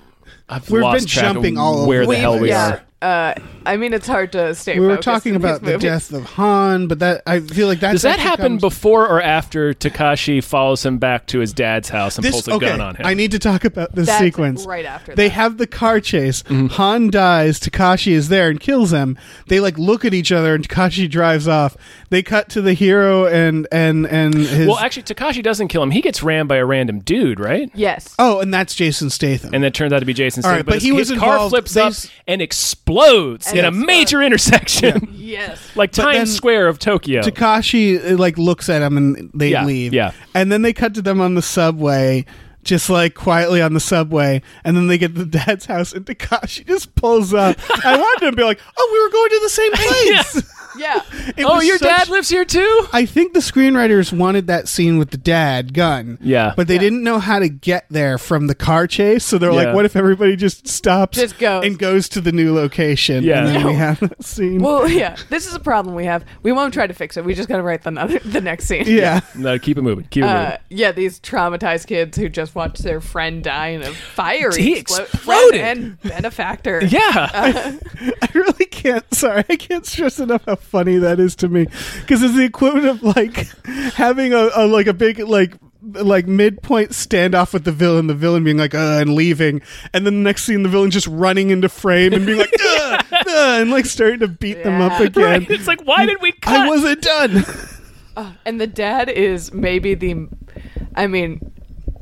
I've We've lost been track of jumping all over where the the hell we place. are. Uh, I mean, it's hard to stay. We were focused talking in these about the movies. death of Han, but that I feel like that's Does that actually happen comes- before or after Takashi follows him back to his dad's house and This pulls a okay. gun on him? I need to talk about this That's sequence right after They that. have the car chase. Mm-hmm. Han dies. Takashi is there and kills him. They like look at each other, and Takashi drives off. They cut to the hero and and and his. well, actually, Takashi doesn't kill him. He gets rammed by a random dude, right? Yes. oh, and that's Jason Statham. And that turns out to be Jason. All right, Statham, but his, he was his car involved- flips they up s- uh, and explodes in a explodes. major intersection, Yes. like But Times then- Square of Tokyo. Takashi uh, like looks at him and they Oh. Yeah, leave. yeah. And then they cut to them on the subway, just like quietly on the subway. And then they get to the dad's house and Takashi just pulls up. I wanted to be like, oh, we were going to the same place. Yeah. It oh, was your such- dad lives here too. I think the screenwriters wanted that scene with the dad gun. Yeah. But they didn't know how to get there from the car chase. So they're Yeah. like, what if everybody just stops Just goes. and goes to the new location? Yeah. And then we No. have that scene. Well, yeah. This is a problem we have. We won't try to fix it. We just got to write the, another, the next scene. yeah. No, keep it moving. Keep it Uh, moving. yeah, these traumatized kids who just watched their friend die in a fiery He explo- exploded. friend and benefactor. Yeah, uh, I really can't. Sorry, I can't stress enough how funny that is to me because it's the equivalent of like having a, a like a big like like midpoint standoff with the villain. The villain being like, "uh," and leaving, and then the next scene, the villain just running into frame and being like, "uh," uh," and like starting to beat them up Yeah. again. Right. It's like, why did we cut? I wasn't done. And the dad is maybe the, I mean,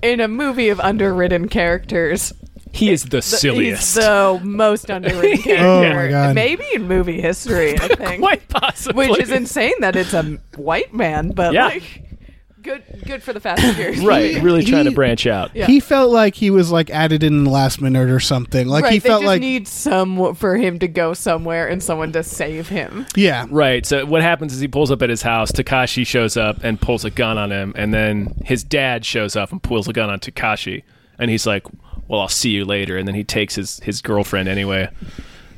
in a movie of underwritten characters, he is the, he's silliest. the most underwritten character. Oh my God. Maybe in movie history, I think. Quite possibly. Which is insane that it's a white man, but Yeah. like, Good, good for the Fast and Furious. right, He- really trying to he- branch out. Yeah. He felt like he was like added in the last minute or something. Like right, he felt they just like need some for him to go somewhere and someone to save him. yeah. Right. So what happens is he pulls up at his house. Takashi shows up and pulls a gun on him, and then his dad shows up and pulls a gun on Takashi, and he's like, "Well, I'll see you later." And then he takes his his girlfriend anyway,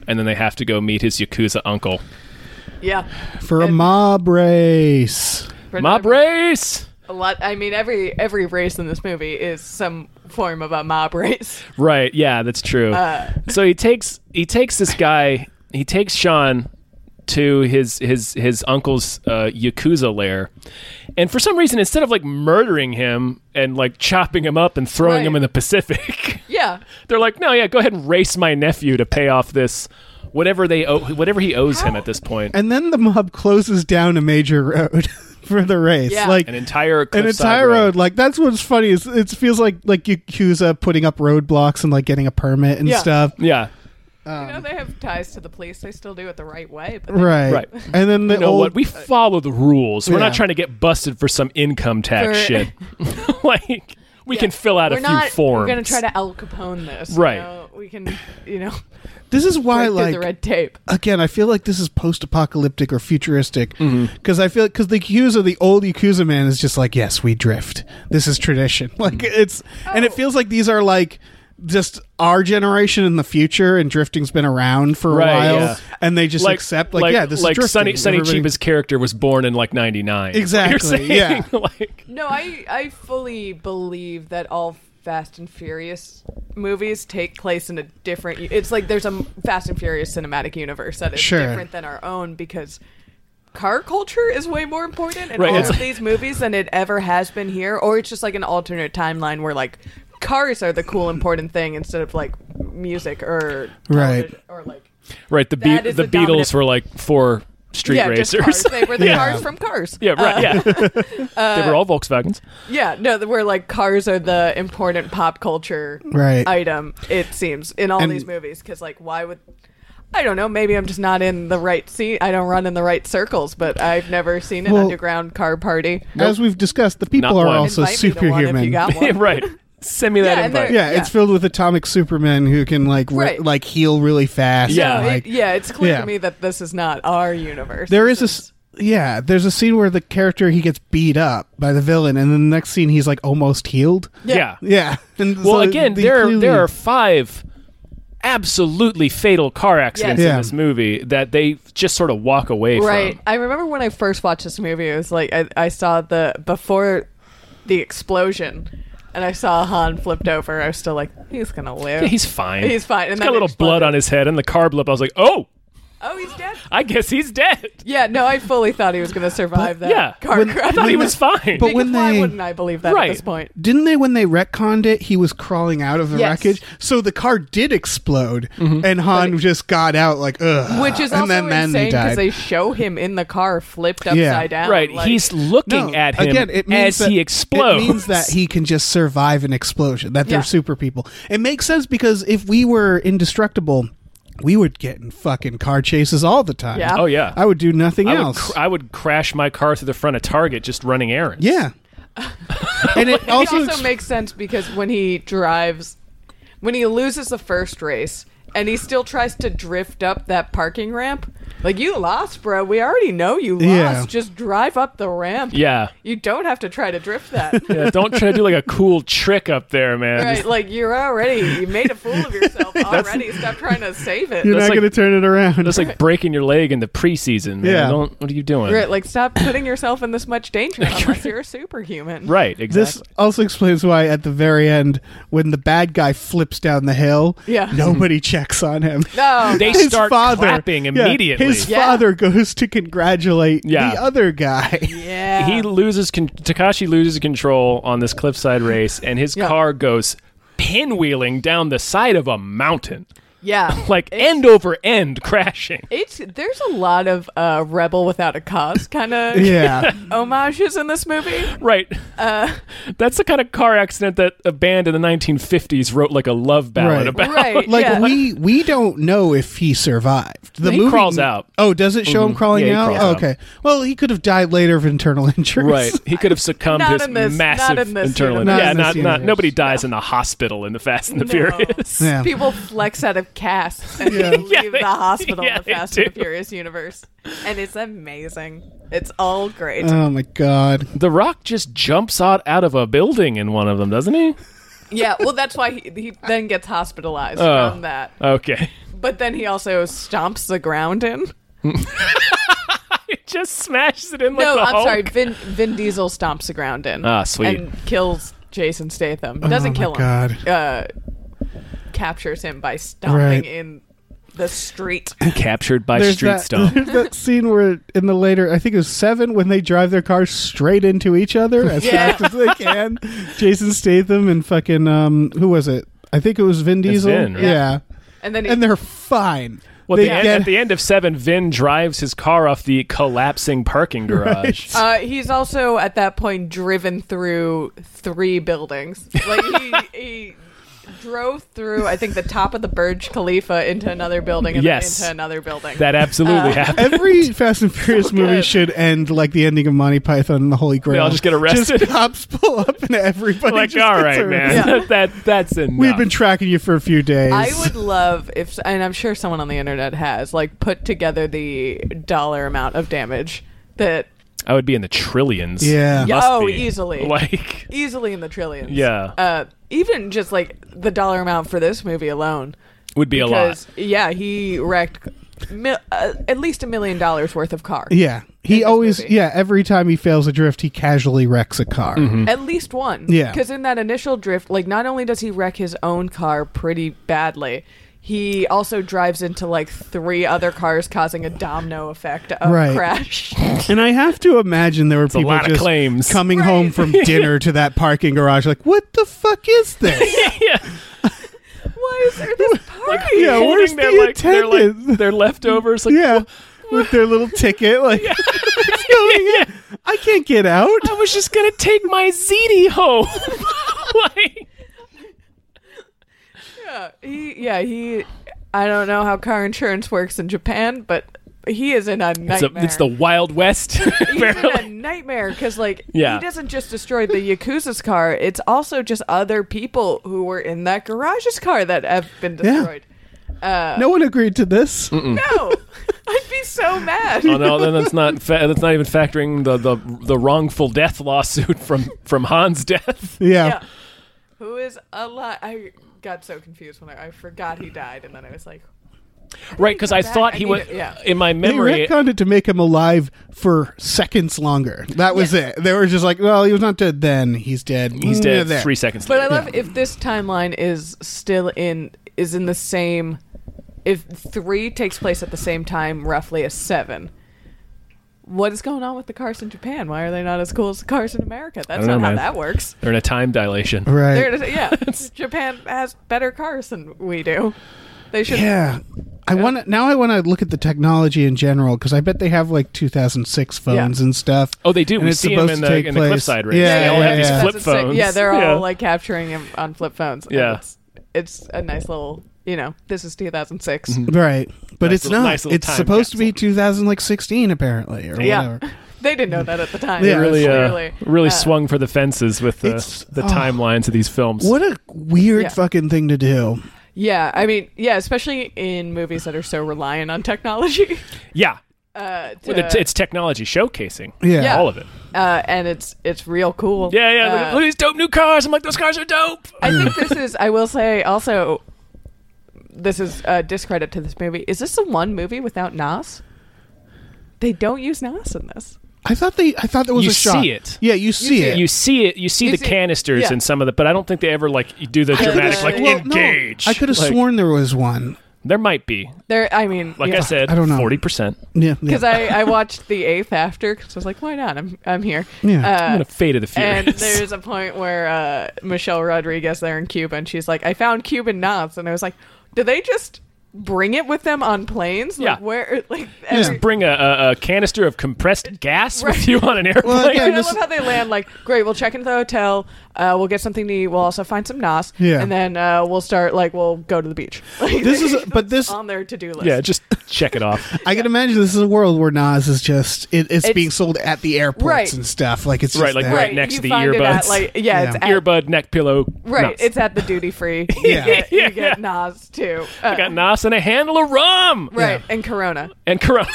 and then they have to go meet his yakuza uncle. Yeah, For a And- mob race. Mob race. A lot. I mean, every every race in this movie is some form of a mob race. Right. Yeah, that's true. Uh. so he takes he takes this guy. He takes Sean to his his his uncle's uh, yakuza lair, and for some reason, instead of like murdering him and like chopping him up and throwing Right. him in the Pacific, Yeah, they're like, no, yeah, go ahead and race my nephew to pay off this whatever they owe, whatever he owes him at this point. And then the mob closes down a major road for the race. Yeah. Like An entire an cliffside entire road. Like that's what's funny is it feels like like Yakuza putting up roadblocks and like getting a permit and Yeah. stuff. Yeah, you know Um, they have ties to the police. They still do it the right way. But they- Right. Right. And then the you know old uh, what? We follow the rules. We're not Yeah. trying to get busted for some income tax For- shit. like we can fill out we're a few not. forms. We're gonna try to Al Capone this. you Right. know? We can. You know, this is why break through like the red tape. again, I feel like this is post-apocalyptic or futuristic because Mm-hmm. I feel because the Yakuza, the old Yakuza man, is just like, yes, we drift. This is tradition. Like it's, and it Oh. feels like these are like just our generation in the future, and drifting's been around for a Right, while, yeah. and they just accept like, yeah, this like is drifting. Sonny Sonny Everybody- Chiba's character was born in like '99. Exactly, yeah. like, No, I I fully believe that all Fast and Furious movies take place in a different. It's like there's a Fast and Furious cinematic universe that is Sure. different than our own because car culture is way more important in Right, all it's of like- these movies than it ever has been here, or it's just like an alternate timeline where like cars are the cool important thing instead of like music or Right. television or like right. The That Be- is the the Beatles dominant- were like four street yeah, just racers. cars. uh, They were the Yeah. cars from Cars. yeah, right. yeah, they were all Volkswagens. Yeah, no, th- where like cars are the important pop culture Right. item. It seems in all And- these movies because like why would I don't know? Maybe I'm just not in the right seat. I don't run in the right circles, but I've never seen an Well- underground car party. as we've discussed, the people Not are one. also Invite me to one if superhuman. you got one. Yeah, right. Send me Yeah, that and invite. they're- Yeah, it's Yeah. filled with atomic supermen who can like re- Right. like heal really fast. Yeah. and, It- like, yeah, it's clear yeah. to me that this is not our universe. There is This a s- yeah. There's a scene where the character he gets beat up by the villain, and then the next scene he's like almost healed. Yeah. Yeah. And Well, so again, they there are, clearly- there are five absolutely fatal car accidents Yes. Yeah. in this movie that they just sort of walk away Right. from. I remember when I first watched this movie, it was like I, I saw the before the explosion, and I saw Han flipped over. I was still like, he's gonna live. Yeah, he's fine. He's fine. And he's then got a it little blood exploded. on his head and the car blip. I was like, oh, oh, he's dead. I guess he's dead. Yeah, no, I fully thought he was going to survive that yeah. car crash. I thought he was fine. But Because when why they- wouldn't I believe that Right. at this point? Didn't they when they retconned it? He was crawling out of the Yes. wreckage, so the car did explode, Mm-hmm. and Han just got out like ugh. Which is Uh, and also then, then insane he died. because they show him in the car flipped upside Yeah. down. right. like- he's looking No, at him again, it as means that- he explodes. It means that he can just survive an explosion. That they're Yeah. super people. It makes sense because if we were indestructible, we would get in fucking car chases all the time. Yeah. Oh, yeah. I would do nothing I would, else. cr- I would crash my car through the front of Target just running errands. yeah. and it it also, also ex- makes sense because when he drives, when he loses the first race and he still tries to drift up that parking ramp, like, you lost, bro. We already know you lost. Yeah. Just drive up the ramp. Yeah. You don't have to try to drift that. Yeah, don't try to do like a cool trick up there, man. Right, like you're already you made a fool of yourself already. Stop trying to save it. you're that's not like- going to turn it around. That's like breaking your leg in the preseason. Man. Yeah. Don't, what are you doing? Right, like stop putting yourself in this much danger unless you're a superhuman. Right, exactly. This also explains why at the very end, when the bad guy flips down the hill, Yeah. nobody checks on him. No. they his start father, clapping yeah, immediately. his Yeah. father goes to congratulate Yeah. the other guy. yeah. He loses con- Takashi loses control on this cliffside race, and his Yeah. car goes pinwheeling down the side of a mountain, yeah. like end over end, crashing. It's there's a lot of uh, rebel without a cause kind of Yeah. homages in this movie. Right, Uh. That's the kind of car accident that a band in the 1950s wrote like a love ballad Right. about. right. Like yeah. we we don't know if he survived. The He movie crawls out. Mm-hmm. Oh, does it show him crawling Yeah, he out? crawls Oh, out. okay. Well, he could have died later of internal injuries. Right. He could have succumbed to Not his in this- massive not in this internal. universe. yeah, Not in this not, not universe. nobody dies in the hospital in the Fast and the Furious. Yeah. People flex out of casts and Yeah. they leave Yeah, they- the hospital yeah, in the they Fast and the do. Furious universe, and it's amazing. It's all great. Uh. Oh my god. The Rock just jumps out out of a building in one of them, doesn't he? yeah, well, that's why he, he then gets hospitalized Oh. from that. Okay. But then he also stomps the ground in. It just smashes it in like No, the I'm Hulk. sorry. Vin, Vin Diesel stomps the ground in. Ah, sweet. And kills Jason Statham. Doesn't Oh my kill him. God. Uh, captures him by stomping Right. in the street. Captured by There's street that, stomp. there's that scene where in the later, I think it was seven, when they drive their car straight into each other as Yeah. fast as they can. Jason Statham and fucking um, who was it? I think it was Vin Diesel. Vin, right? Yeah, And then he, and they're fine. Well, at they the, end, get- at the end of seven, Vin drives his car off the collapsing parking garage. uh, he's also at that point driven through three buildings. Like he, he drove through, I think, the top of the Burj Khalifa into another building and Yes. then into another building. That absolutely Uh, happened. Every Fast and Furious movie should end like the ending of Monty Python and the Holy Grail. all just get arrested. Just cops pull up and everybody. Like, just all gets right, man. arrested. that that's enough. We've been tracking you for a few days. I would love if, and I'm sure someone on the internet has, like, put together the dollar amount of damage that I would be in the trillions. Yeah. Must Oh, be. easily. Like, easily in the trillions. Yeah. Uh, even just like the dollar amount for this movie alone. would be a lot. Because, yeah, he wrecked mil- uh, at least a million dollars worth of car. Yeah, he this always. movie. Yeah, every time he fails a drift, he casually wrecks a car. Mm-hmm. At least one. Yeah. Because in that initial drift, like, not only does he wreck his own car pretty badly, he also drives into like three other cars, causing a domino effect of Right. crash. And I have to imagine there were a people lot of just claims. coming home from dinner to that parking garage, like, what the fuck is this? yeah. Why is there this party? Yeah, Holding where's their, the like, their, like, attendant? their leftovers. Like, yeah, with their little ticket, like, what's going on? I can't get out. I was just gonna take my ZD home. like, Yeah, he. Yeah, he. I don't know how car insurance works in Japan, but he is in a nightmare. it's, a- it's the Wild West. He's in a apparently. nightmare because, like, Yeah. he doesn't just destroy the Yakuza's car; it's also just other people who were in that garage's car that have been Yeah. destroyed. Uh. No one agreed to this. No, I'd be so mad. oh no, then that's not fa- that's not even factoring the, the the wrongful death lawsuit from from Han's death. Yeah. Yeah, who is alive? I got so confused when I, I forgot he died, and then I was like, Right, because I thought I he need was it, yeah. in my They memory. retconned it to make him alive for seconds longer. That was it. They were just like, well, he was not dead then. He's dead. He's Mm, dead there. three seconds But I later. love if this timeline is still in is in the same if three takes place at the same time roughly as seven. What is going on with the cars in Japan? Why are they not as cool as the cars in America? That's don't know, not how man. that works. They're in a time dilation. Right. They're just- yeah, Japan has better cars than we do. They should. Yeah. I want to now. I want to look at the technology in general because I bet they have like 2006 phones and stuff. Oh, they do. And we it's see him supposed in to the, take in the place- cliffside race. Yeah, they all yeah, have yeah. these flip 2006 phones. Yeah, they're Yeah. all like capturing him on flip phones. and Yeah. it's, it's a nice little. You know, this is 2006. Mm-hmm. Right, but Nice it's little- not. nice little it's time supposed to be 2016 apparently or Yeah, whatever. they didn't know that at the time. Yeah. really, uh, clearly. really Uh, swung for the fences with the, It's- the oh. timelines of these films. What a weird Yeah. fucking thing to do. Yeah, I mean, yeah, especially in movies that are so reliant on technology. Yeah, Uh, Well, to- it's- it's technology showcasing. Yeah. Yeah. all of it. uh, and it's it's real cool. Yeah, yeah. look, Uh, at- look at these dope new cars. I'm like, those cars are dope. I think this is. I will say also, this is a discredit to this movie. Is this the one movie without Nas? They don't use Nas in this. I thought they. I thought there was You a shot. see it. Yeah, you see it. You see it. You see You the see- canisters yeah. and some of the, but I don't think they ever like you do the could've dramatic s- like no. well, engage. I could have Like, sworn there was one. there might be. There, I mean, Like I said, I don't know. Forty percent. Yeah, because yeah. I, I watched The Eighth after because I was like, why not? I'm I'm here. Yeah. Uh, I'm gonna fade to the And furious. there's a point where uh, Michelle Rodriguez, they're in Cuba, and she's like, I found Cuban knots. And I was like, do they just bring it with them on planes? Like, Yeah. Where like every, Bring a, a, a canister of compressed gas with you on an airplane. again, And I this- love how they land. Like, great, we'll check into the hotel. Uh, we'll get something to eat. We'll also find some nos. Yeah. And then uh, we'll start. Like, we'll go to the beach. Like, This is- that's but this- on their to do list. yeah, just check it off. I can imagine this is a world where Nas is just it, it's, It's- being sold at the airports Right. and stuff. Like it's just Right, like, that. right, next you to the find It at, earbuds. like, yeah, it's Yeah. at, Earbud, neck pillow. Right, nuts. it's at the duty free. Yeah. You get, you Yeah. get Nas too. Uh, I got Nas and a handle of rum Right, Yeah. and Corona. and Corona.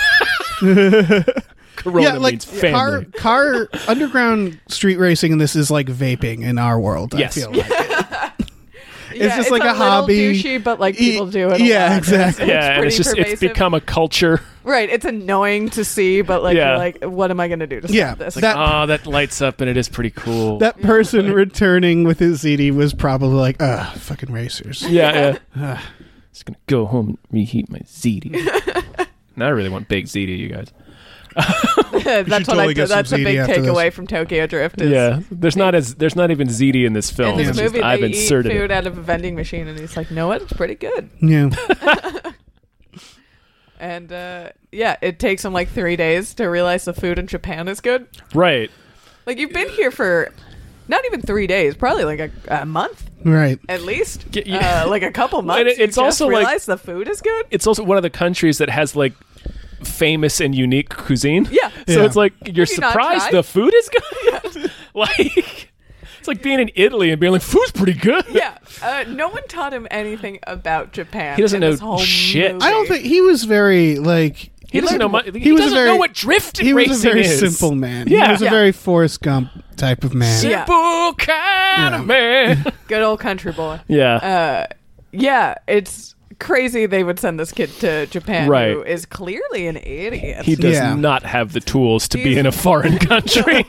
corona yeah, like means family. car car underground street racing, and this is like vaping in our world. Yes. I feel like. Yeah, just like a little hobby. douchey, but like people E- do it. a yeah, lot. exactly. It's yeah, and it's pretty just it's pervasive. become a culture. Right, it's annoying to see, but like, Yeah. you're like, what am I going to do to stop Yeah, this? that- Oh, that lights up and it is pretty cool. That person returning with his CD was probably like, "Ugh, fucking racers." yeah, yeah. just gonna go home and reheat my ziti. now I really want baked ziti, you guys. that's what totally I get did. some That's a ZD big after this. takeaway from Tokyo Drift. Is Yeah, there's not as there's not even ziti in this In film. Oh, this It's just, movie, I've they eat food inserted it. out of a vending machine, and he's like, "No, what? It's pretty good." Yeah, And uh, yeah, it takes him like three days to realize the food in Japan is good. right. Like you've been here for not even three days, probably like a, a month right. at least, Get- you- uh, like a couple months. it- you it's just also, like- realize the food is good. It's also one of the countries that has like famous and unique cuisine. Yeah. So Yeah. it's like you're you not surprised tried? the food is good. like it's like being in Italy and being like food's pretty good. Yeah, uh, no one taught him anything about Japan. He doesn't in know this whole shit. movie. I don't think he was very like He doesn't know much. He, was a doesn't very- know what drift he was racing a very is. simple man. Yeah. he was a Yeah. very Forrest Gump type of man. Yeah. Simple kind Yeah. of man. Good old country boy. yeah. uh, yeah, it's crazy they would send this kid to Japan, who Right. is clearly an idiot. he does yeah. not have the tools to be He's- in a foreign country.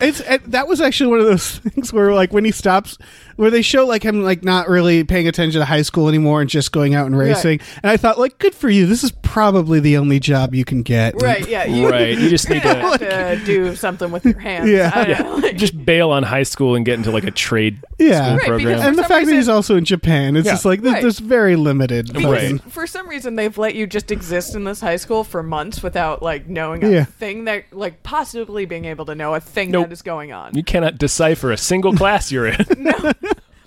It's it, that was actually one of those things where like when he stops, where they show like him like not really paying attention to high school anymore and just going out and racing. And I thought like, good for you. This is probably the only job you can get. right? Yeah, you right. You just need You're gonna to have to do something with your hands. Yeah. I don't know, like- just bail on high school and get into like a trade Yeah. school Right, program. because- And the For some fact that he's reason- also in Japan, it's Yeah. just like there's, Right. there's very limited. because Right. For some reason, they've let you just exist in this high school for months without like knowing a Yeah. thing that, like, possibly being able to know a thing Nope. that is going on. you cannot decipher a single class you're in.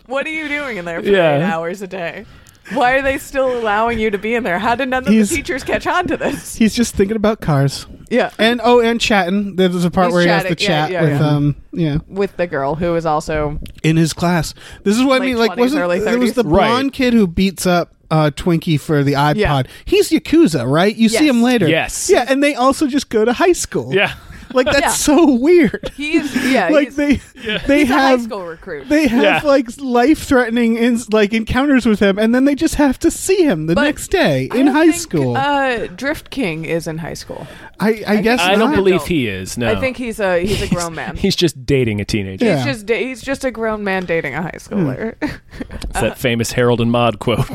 What are you doing in there for Yeah. eight hours a day? Why are they still allowing you to be in there? How did none of He's- the teachers catch on to this? He's just thinking about cars. Yeah, And oh, and chatting. There's a part He's where he has to chatting. Yeah, chat yeah, with yeah. um yeah with the girl who is also in his class. This is what I Late mean. Like 20s, wasn't early there was 30s. the Right. blonde kid who beats up uh, Twinkie for the iPod? Yeah. He's Yakuza, right? You see Yes. him later. Yes. Yeah, and they also just go to high school. yeah. Like that's Yeah. so weird. he's yeah like he's, they they he's a have high school recruit. they have Yeah. like life threatening in, like encounters with him, and then they just have to see him the But next day I in don't high think, school. Uh, Drift King is in high school. I, I guess I don't not. believe No. he is. No. I think he's a he's a grown man. he's just dating a teenager. Yeah. Hmm. He's just da- he's just a grown man dating a high schooler. It's Uh-huh. that famous Harold and Maude quote.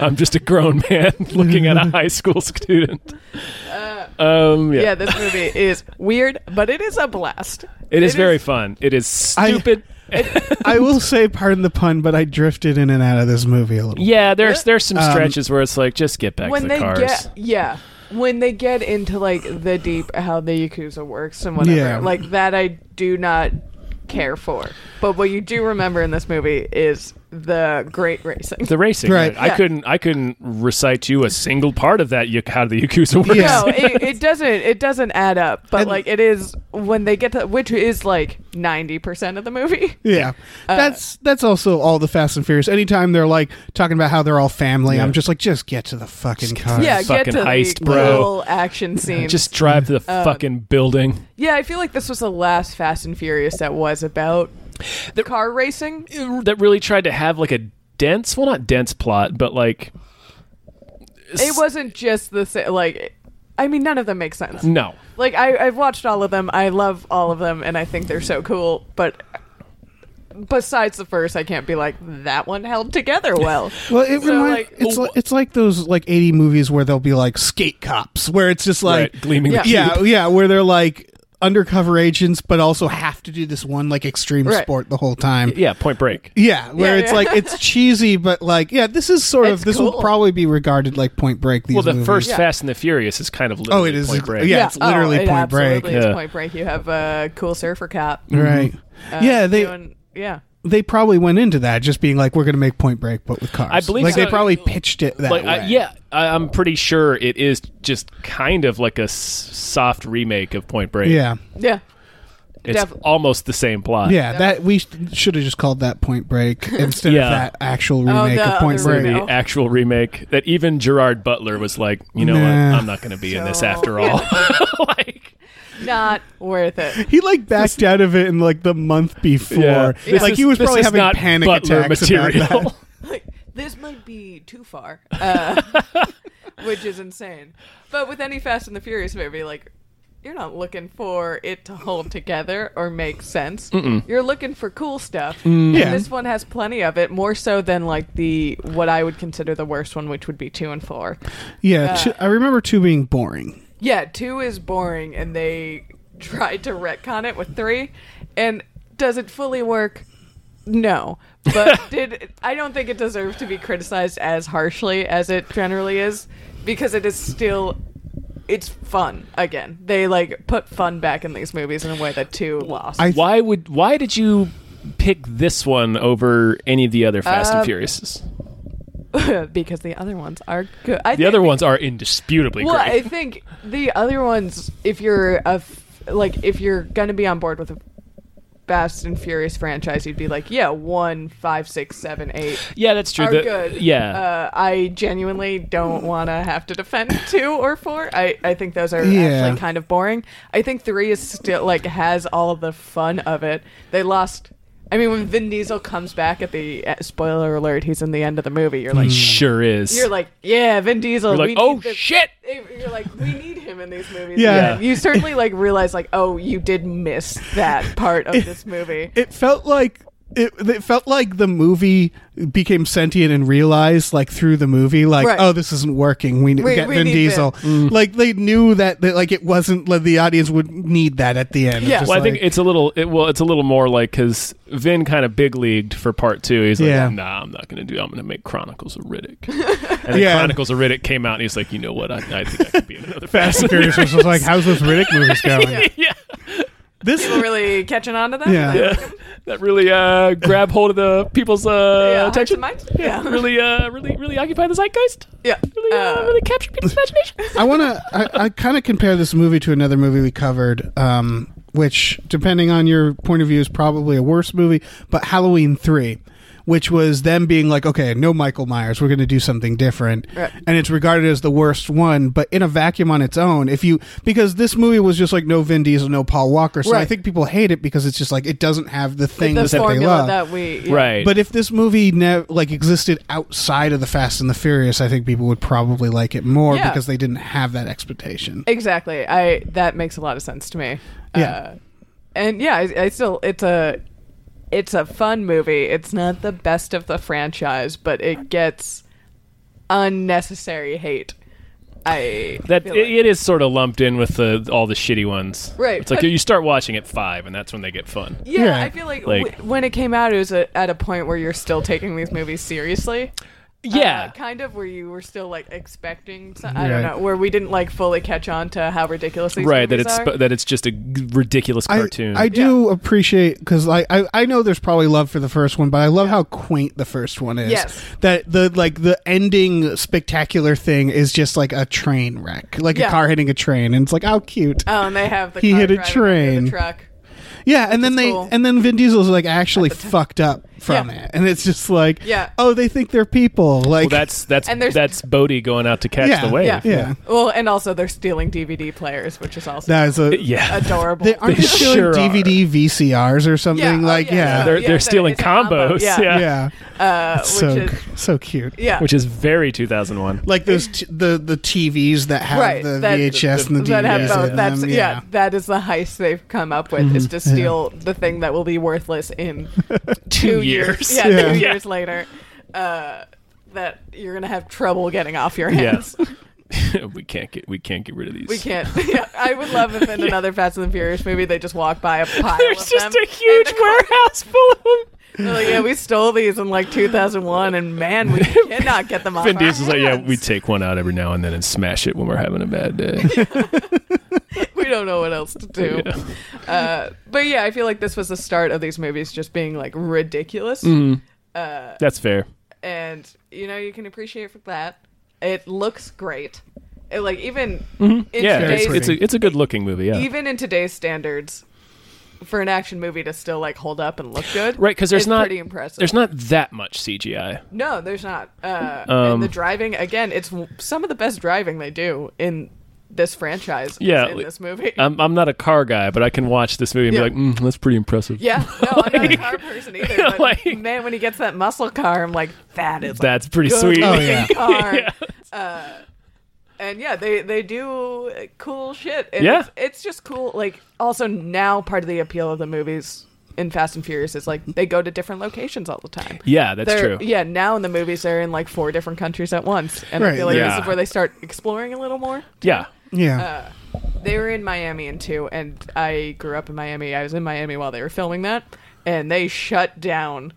I'm just a grown man looking at a high school student. um, yeah. Uh, yeah. this movie is weird, but it is a blast. it is very fun. It is stupid. I will say, pardon the pun, but I drifted in and out of this movie a little. yeah, there's there's some Um, stretches where it's like just get back when to the they cars. get yeah when they get into like the deep how the yakuza works and whatever Yeah. like that I do not care for. But what you do remember in this movie is the great racing. the racing, Right. right? I Yeah. couldn't, I couldn't recite you a single part of that. yak- How the Yakuza works? Yeah. no, it, it doesn't. It doesn't add up. But And- like, it is when they get to which is like ninety percent of the movie. Yeah, Uh, that's that's also all the Fast and Furious. Anytime they're like talking about how they're all family, I'm just like, just get to the fucking car. Yeah, get fucking to heist, the bro. little action scene. Just drive to Uh, the fucking building. yeah, I feel like this was the last Fast and Furious that was about car racing. That really tried to have like a dense, well, not dense plot, but like It wasn't just the sa- like. I mean, none of them make sense. no, Like I, I've watched all of them. I love all of them, and I think they're so cool. But besides the first, I can't be like that one held together well. Well, it So, reminds like- it's like it's like those like 80 movies where they'll be like skate cops, where it's just like right, gleaming. Yeah. The yeah, yeah, where they're like undercover agents, but also have to do this one like extreme Right. sport the whole time. yeah, Point Break. Yeah, where Yeah, it's yeah. like it's cheesy, but like yeah, this is sort It's of this will cool. probably be regarded like Point Break. These Well, the movies. first Yeah. Fast and the Furious is kind of oh, literally it is Point Break. yeah, it's Oh, literally it Point Break, absolutely is Yeah. Point Break. You have a cool surfer cop. right? Mm-hmm. Uh, yeah, they doing- yeah. they probably went into that just being like we're going to make Point Break, but with cars. I believe like so. they probably pitched it that like way. I, uh, yeah, I, I'm pretty sure it is just kind of like a s- soft remake of Point Break. yeah, Yeah. it's def- almost the same plot. yeah. That we sh- should have just called that Point Break instead Yeah. of that actual remake Oh, the of Point other Break. remake. the actual remake that even Gerard Butler was like, you know Nah. what, I'm not going to be in this So- after all. like, Not worth it. He like backed out of it in like the month before. This Like is- he was this probably is having not panic Butler attacks material. about that. Like, this might be too far, uh, which is insane. But with any Fast and the Furious movie, like, you're not looking for it to hold together or make sense. You're looking for cool stuff. Yeah. And this one has plenty of it, more so than like the what I would consider the worst one, which would be two and four. Yeah, two, I remember two being boring. Yeah, two is boring, and they tried to retcon it with three. And does it fully work? No, but did I don't think it deserves to be criticized as harshly as it generally is because it is still it's fun again. They like put fun back in these movies in a way that two lost. I why would why did you pick this one over any of the other Fast and Furiouses? because the other ones are good. I The think- other ones are indisputably Well, I great. think the other ones, if you're a f- like, if you're gonna be on board with a Fast and Furious franchise, you'd be like, yeah, one, five, six, seven, eight yeah, that's true. are The- good. Yeah, uh, I genuinely don't want to have to defend two or four. I I think those are Yeah. actually kind of boring. I think three is still like has all of the fun of it. They lost. I mean, when Vin Diesel comes back at the uh, spoiler alert, he's in the end of the movie. You're like, sure is. you're like, yeah, Vin Diesel. You're like, we "Oh, need this- shit!" You're like, we need him in these movies. Yeah. Yeah. you certainly like realize like, oh, you did miss that part of this movie. it felt like it, it felt like the movie became sentient and realized like through the movie like Right. oh this isn't working we, We- get we Vin need Mm. Diesel like they knew that, that like it wasn't like, the audience would need that at the end Yeah. Just Well, I like- think it's a little. It, well, it's a little more like because Vin kind of big leagued for part two. He's like, Yeah. nah, I'm not going to do. I'm going to make Chronicles of Riddick. And then Yeah. Chronicles of Riddick came out, and he's like, you know what? I, I think I could be in another Fast and Furious was just like how's this Riddick movie's going yeah, this People really catching on to that. Yeah. Like, that really uh, grab hold of the people's uh, yeah, attention. hearts and minds? Yeah. Really, uh, really, really occupy the zeitgeist. Yeah. Really, uh, Uh, really capture people's imagination. I want to. I, I kind of compare this movie to another movie we covered, um, which, depending on your point of view, is probably a worse movie. But Halloween Three, which was them being like, okay, no Michael Myers, we're going to do something different, Right. and it's regarded as the worst one. But in a vacuum on its own, if you because this movie was just like no Vin Diesel, no Paul Walker, so I Right. think people hate it because it's just like it doesn't have the thing the that they formula love. that we yeah. Right, but if this movie ne- like existed outside of the Fast and the Furious, I think people would probably like it more Yeah. because they didn't have that expectation. Exactly. I that makes a lot of sense to me. Yeah. Uh, and yeah, I, I still it's a it's a fun movie. It's not the best of the franchise, but it gets unnecessary hate. I that feel it, it is sort of lumped in with the, all the shitty ones. Right, It's like but- you start watching at five, and that's when they get fun. Yeah, Yeah. I feel like, Like- w- when it came out, it was a, at a point where you're still taking these movies seriously. Yeah, Uh, kind of where you were still like expecting. Some, I Right. don't know where we didn't like fully catch on to how ridiculous these right. That movies it's are. sp- that it's just a g- ridiculous I, cartoon. I do appreciate because I, I I know there's probably love for the first one, but I love how quaint the first one is. Yes. That the like the ending spectacular thing is just like a train wreck, like a Yeah. car hitting a train, and it's like how cute. oh, and they have the He car hit a driving under train. the truck. yeah, and then is they cool. and then Vin Diesel's like actually fucked up from Yeah. it, and it's just like Yeah. oh they think they're people like Well, that's that's And there's- that's Bodhi going out to catch yeah, the wave. yeah Yeah. yeah Well, and also they're stealing DVD players, which is also that is a Yeah. adorable. They aren't They they stealing sure are. DVD VCRs or something oh, like yeah. They're- Yeah, they're that stealing is a combo, combos, yeah. yeah, Uh, which so is so cute. yeah, Which is very 2001. Like those t- the the TVs that have right. the that- VHS and the DVDs that have both. in That's them. yeah. Yeah. Mm-hmm. That is the heist they've come up with is to steal the thing that will be worthless in two years. Yeah, Yeah. two Yeah. years later. Uh, that you're gonna have trouble getting off your hands. we can't get we can't get rid of these. We can't. Yeah, I would love if in another Fast and the Furious movie they just walk by a pile There's of just them. a huge And the car- warehouse full of them. They're like, yeah, we stole these in like 2001, and man, we cannot get them off. Vin our Diesel's like, yeah, hands. we take one out every now and then and smash it when we're having a bad day. we don't know what else to do. Yeah. Uh, but yeah, I feel like this was the start of these movies just being like ridiculous, Mm. That's fair. and you know you can appreciate for that. It looks great. It, like even in Mm-hmm. Yeah, today's it's, it's a it's a good looking movie. Yeah, even in today's standards for an action movie to still like hold up and look good right because there's is not pretty impressive there's not that much CGI. no there's not uh and Um, the driving again it's w- some of the best driving they do in this franchise is Yeah, uh, in like- this movie I'm I'm not a car guy, but I can watch this movie and Yeah. be like, mm, that's pretty impressive. yeah no i'm not a car person either but like- man when he gets that muscle car i'm like that is a that's pretty good sweet. Oh, yeah. car uh and yeah, they they do uh, cool shit. And Yeah. it's, it's just cool. Like also now, part of the appeal of the movies in Fast and Furious is like they go to different locations all the time. Yeah, that's they're, true. Yeah, now in the movies they're in like four different countries at once, and I Right, feel like yeah. this is where they start exploring a little more. Yeah. Uh, Yeah. They were in Miami in two, and I grew up in Miami. I was in Miami while they were filming that, and they shut down.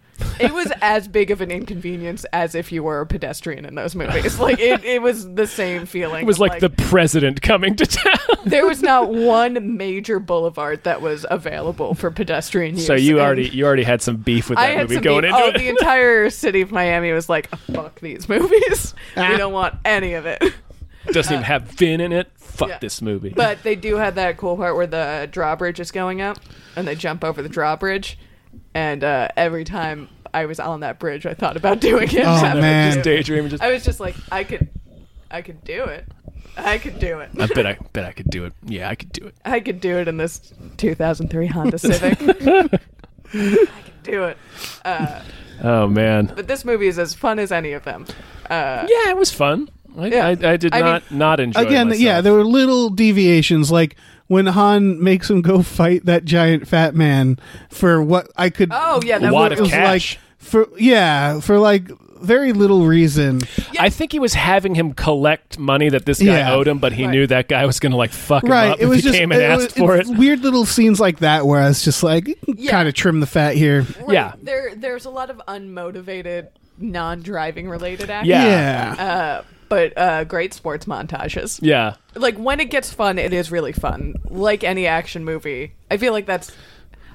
It was as big of an inconvenience as if you were a pedestrian in those movies. Like it, it was the same feeling. It was like, the president coming to town. there was not one major boulevard that was available for pedestrian use. so you and already you already had some beef with I that had movie some going beef. into oh, it. the entire city of Miami was like, "Fuck these movies. Ah. We don't want any of it." Doesn't even have Finn in it. Fuck yeah. this movie. But they do have that cool part where the drawbridge is going up, and they jump over the drawbridge. And uh, every time I was on that bridge, I thought about doing it. Oh, I would man. just- daydream just I was just like, I could, I could do it. I could do it. I bet I bet I could do it. Yeah, I could do it. I could do it in this 2003 Honda Civic. I could do it. Oh man. But this movie is as fun as any of them. Yeah, it was fun. I, Yeah. I, I did I mean- not not enjoy it Again, myself. yeah, there were little deviations like when Han makes him go fight that giant fat man for what I could Oh yeah, A that lot was, of was cash. like for yeah, for like very little reason. I think he was having him collect money that this guy Yeah. owed him, but he Right. knew that guy was going to like fuck him right up it was if he just came and it was- asked for it. it's weird little scenes like that where i was just like Yeah. kind of trim the fat here Right. Yeah. There, there's a lot of unmotivated, non-driving related action. Yeah. yeah Uh, but uh, great sports montages. Yeah, Like when it gets fun, it is really fun. Like any action movie, I feel like that's.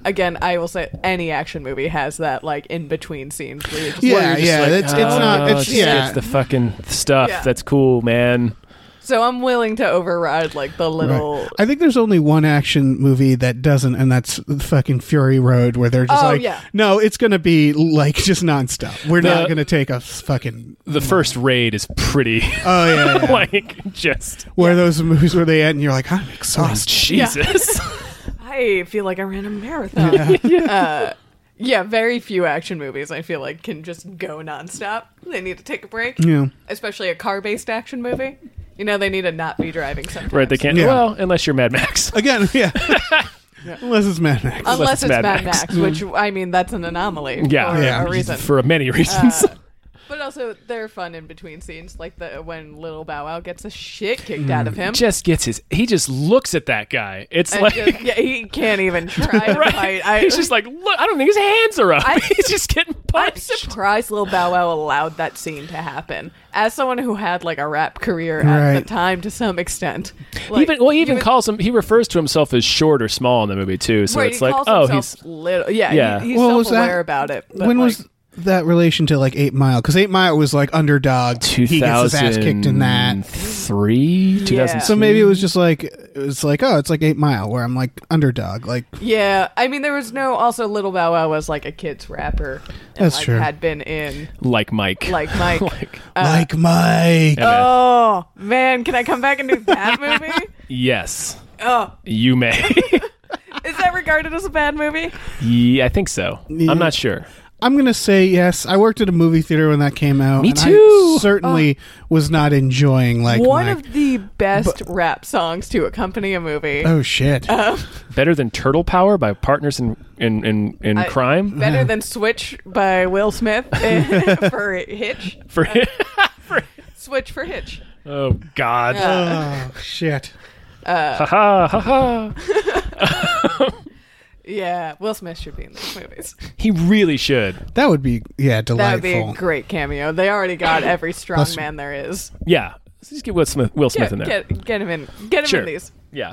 Again, I will say any action movie has that like in between scenes where you're just yeah like- yeah, it's, it's Oh, not it's yeah it's the fucking stuff. Yeah. That's cool, man. so I'm willing to override like the little. Right. I think there's only one action movie that doesn't, and that's fucking Fury Road, where they're just Oh, like, yeah. "No, it's gonna be like just nonstop. We're The- not gonna take a s- fucking." The first raid is pretty, Oh yeah, yeah. like just where those movies where they end, and you're like, "I'm exhausted." Jesus. I feel like I ran a marathon. Yeah. Uh, yeah, very few action movies I feel like can just go nonstop. They need to take a break. Yeah. Especially a car based action movie. You know, they need to not be driving sometimes. right, they can't. Yeah. Well, unless you're Mad Max. Again, yeah. Unless it's Mad Max. Unless Unless it's Mad, Mad Max, Max. which, I mean, that's an anomaly Yeah, for Yeah. a reason. for many reasons. But also, they're fun in between scenes, like the when Little Bow Wow gets the shit kicked out of him. Mm. just gets his. He just looks at that guy. It's and like just- yeah, he can't even try to right. fight. I, he's just like, look. I don't think his hands are up. I- he's just getting I'm punched. surprised Lil Bow Wow allowed that scene to happen. As someone who had like a rap career at the Right. time to some extent, like, even well, he you even would- calls him. He refers to himself as short or small in the movie too. So right, it's he like, calls oh, himself he's little. Yeah, Yeah. He, he's What was that? self-aware about it. But when like, was that relation to like Eight Mile? Because Eight Mile was like underdog. He gets his ass kicked in that. three, two thousand. So maybe it was just like it was like oh, it's like Eight Mile where I'm like underdog. Like yeah, I mean, there was no. Also, Little Bow Wow was like a kids rapper. And, That's like, true. Had been in like Mike. like Mike. Uh, like Mike. Yeah. oh man, can I come back and do that movie? yes, Oh, you may. is that regarded as a bad movie? yeah, I think so. I'm not sure. I'm gonna say yes. I worked at a movie theater when that came out. Me and too. I certainly was not enjoying like Oh. One Mike. of the best rap songs to accompany a movie. oh shit. Uh. Better than Turtle Power by Partners in in in, in I- Crime uh-huh. better than Switch by Will Smith eh, for Hitch. for Switch for Hitch. Oh God! Oh shit. ha ha ha ha! Yeah, Will Smith should be in these movies. He really should. That would be yeah delightful. That would be a great cameo. They already got every strong Plus- man there is. Yeah, So just get Will Smith. Will Smith Get, in there. get, get him in. Get him Sure. in these. Yeah.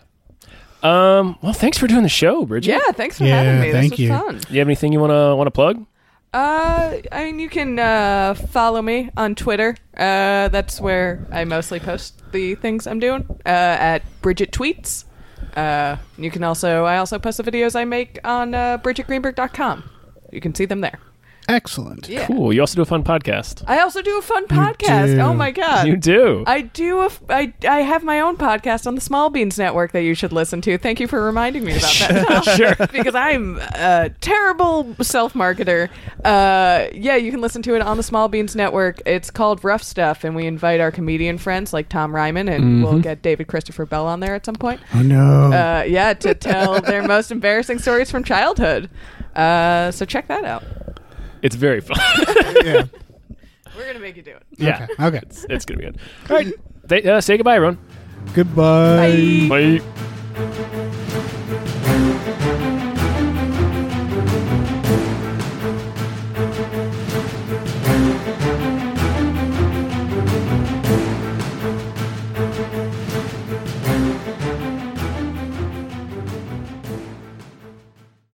Um. Well, thanks for doing the show, Bridget. Yeah, thanks for Yeah, having me. thank this was you. fun. You have anything you wanna wanna plug? Uh, I mean, you can uh, follow me on Twitter. Uh, that's where I mostly post the things I'm doing. Uh, at Bridget Tweets. Uh, you can also I also post the videos I make on uh, BridgetGreenberg.com. You can see them there. Excellent. Yeah. Cool. You also do a fun podcast. I also do a fun podcast. do. Oh my god. you do. I do. A f- I, I have my own podcast on the Small Beans Network that you should listen to. Thank you for reminding me about that. sure. Because I'm a terrible self marketer. Uh, yeah, you can listen to it on the Small Beans Network. It's called Rough Stuff, and we invite our comedian friends like Tom Ryman, and we'll get David Christopher Bell on there at some point. Oh no. Uh, yeah, to tell their most embarrassing stories from childhood. Uh, so check that out. it's very fun. yeah. We're going to make you do it. yeah. Okay. okay. It's gonna be good. All right. Th- uh, say goodbye, everyone. Goodbye. Bye. Bye.